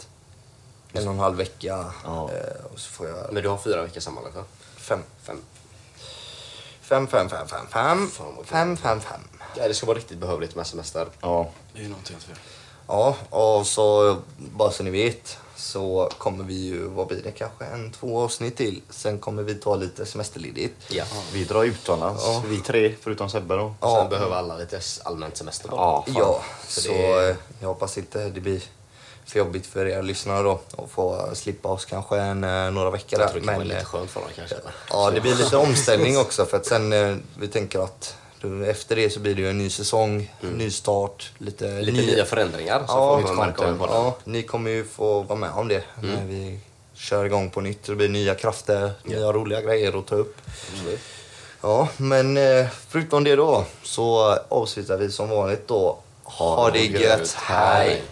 Speaker 1: en och en halv vecka
Speaker 3: Ja.
Speaker 1: eh, och så får jag
Speaker 2: Men du har fyra veckor sammanlagt va?
Speaker 1: fem.
Speaker 2: Fem.
Speaker 1: Fem, fem, fem, fem, fem.
Speaker 2: Fan, vad kul.
Speaker 1: Fem, fem, fem.
Speaker 2: Ja, det ska vara riktigt behövligt med semester.
Speaker 3: Ja.
Speaker 4: Det är ju någonting att vi...
Speaker 1: Ja, och så bara så ni vet så kommer vi ju, vad blir det, kanske en, två avsnitt till. Sen kommer vi ta lite semesterledigt.
Speaker 2: Ja.
Speaker 3: Vi drar utomlands,
Speaker 1: Ja.
Speaker 3: vi tre förutom Sebbe då.
Speaker 1: Ja.
Speaker 2: Sen behöver alla lite s- allmänt semester bara.
Speaker 3: Ja, fan.
Speaker 1: Ja,
Speaker 2: Så
Speaker 1: så,
Speaker 2: det-
Speaker 1: eh, jag hoppas inte det blir för jobbigt för er lyssnare då och få slippa oss kanske en, eh, några veckor
Speaker 2: Jag tror
Speaker 1: där.
Speaker 2: det kan vara lite
Speaker 1: eh,
Speaker 2: skönt för dem kanske.
Speaker 1: ja, det blir lite omställning också för att sen eh, vi tänker att du, efter det så blir det ju en ny säsong, ny start, lite,
Speaker 2: Mm. Lite
Speaker 1: ny-
Speaker 2: nya förändringar som
Speaker 1: Ja,
Speaker 2: folk kommer märka av i podden.
Speaker 1: ja, ni kommer ju få vara med om det när vi kör igång på nytt. Det blir nya krafter, nya roliga grejer att ta upp. Ja, men eh, förutom det då så avslutar vi som vanligt då. Ha, det gött, hej!